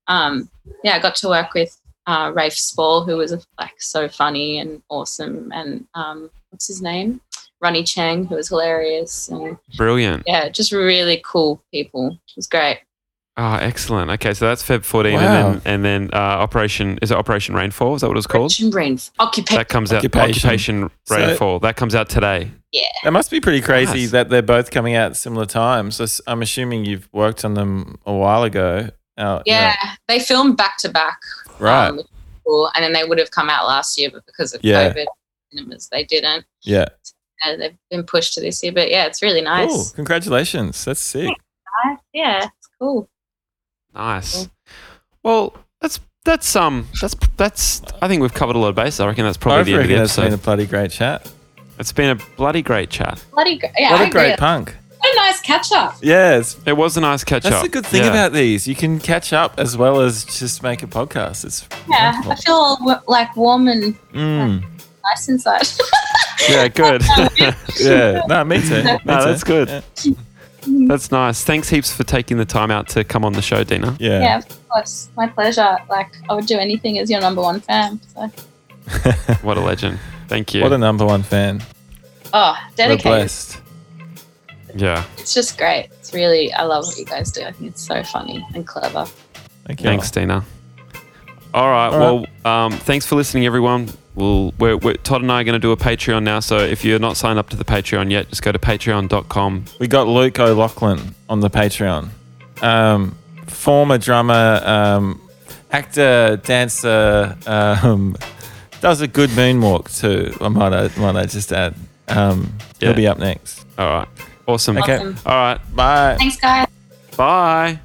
S4: um, yeah, I got to work with uh, Rafe Spall, who was like so funny and awesome, and um, what's his name, Ronnie Chang, who was hilarious, and
S1: Brilliant.
S4: yeah, just really cool people. It was great.
S1: Oh, excellent. Okay, so that's Feb 14,
S2: Wow.
S1: and then and then uh, Operation is it Operation Rainfall? Is that what it was called?
S4: Occupation Rainf- Occupation.
S1: That comes out
S2: Occupation.
S1: Occupation
S2: So-
S1: Rainfall. that comes out today.
S2: That must be pretty crazy
S1: Nice.
S2: that they're both coming out at similar times. So s- I'm assuming you've worked on them a while ago. Oh,
S4: yeah, they filmed back to back.
S2: Right.
S4: um, which was cool. and then they would have come out last year, but because of
S2: Yeah.
S4: COVID cinemas, they didn't.
S2: yeah.
S4: Uh, they've been pushed to this year, but yeah, it's really nice.
S2: Cool. Congratulations. That's sick.
S4: Nice. Yeah, it's cool.
S1: Nice. Well, that's that's um that's that's I think we've covered a lot of bases. I reckon that's
S2: I
S1: probably the end of
S2: reckon
S1: the
S2: that's been
S1: episode.
S2: a bloody great chat.
S1: it's been a bloody great chat.
S4: Bloody great. Yeah,
S2: What
S4: I
S2: a
S4: agree.
S2: great punk.
S4: What a nice catch up.
S2: Yes.
S1: It was a nice catch
S2: That's
S1: up.
S2: the good thing
S1: Yeah.
S2: about these. You can catch up as well as just make a podcast. It's
S4: Yeah, I
S2: wonderful.
S4: feel all w- like warm and
S2: Mm.
S4: nice inside.
S1: Yeah, good.
S2: Yeah. No, me too. Me
S1: no, that's
S2: too.
S1: good.
S2: Yeah.
S1: That's nice. Thanks heaps for taking the time out to come on the show, Dina.
S2: Yeah.
S4: yeah, of course. My pleasure. Like, I would do anything as your number one fan. So.
S1: What a legend. Thank you.
S2: What a number one fan.
S4: Oh,
S2: We're
S4: dedicated.
S2: blessed.
S1: yeah.
S4: It's just great. It's really, I love what you guys do. I think it's so funny and clever.
S2: Thank you.
S1: Thanks, Dina. All right.
S2: All
S1: well, um, thanks for listening, everyone. We'll, we're, we're, Todd and I are going to do a Patreon now. So if you're not signed up to the Patreon yet, just go to patreon.com.
S2: We got Luke O'Loughlin on the Patreon. Um, former drummer, um, actor, dancer, um, does a good moonwalk too. I might, I might I just add. Um,
S1: Yeah.
S2: He'll be up next.
S1: All right. Awesome.
S2: Okay.
S4: Awesome.
S1: All right.
S2: Bye.
S4: Thanks, guys.
S1: Bye.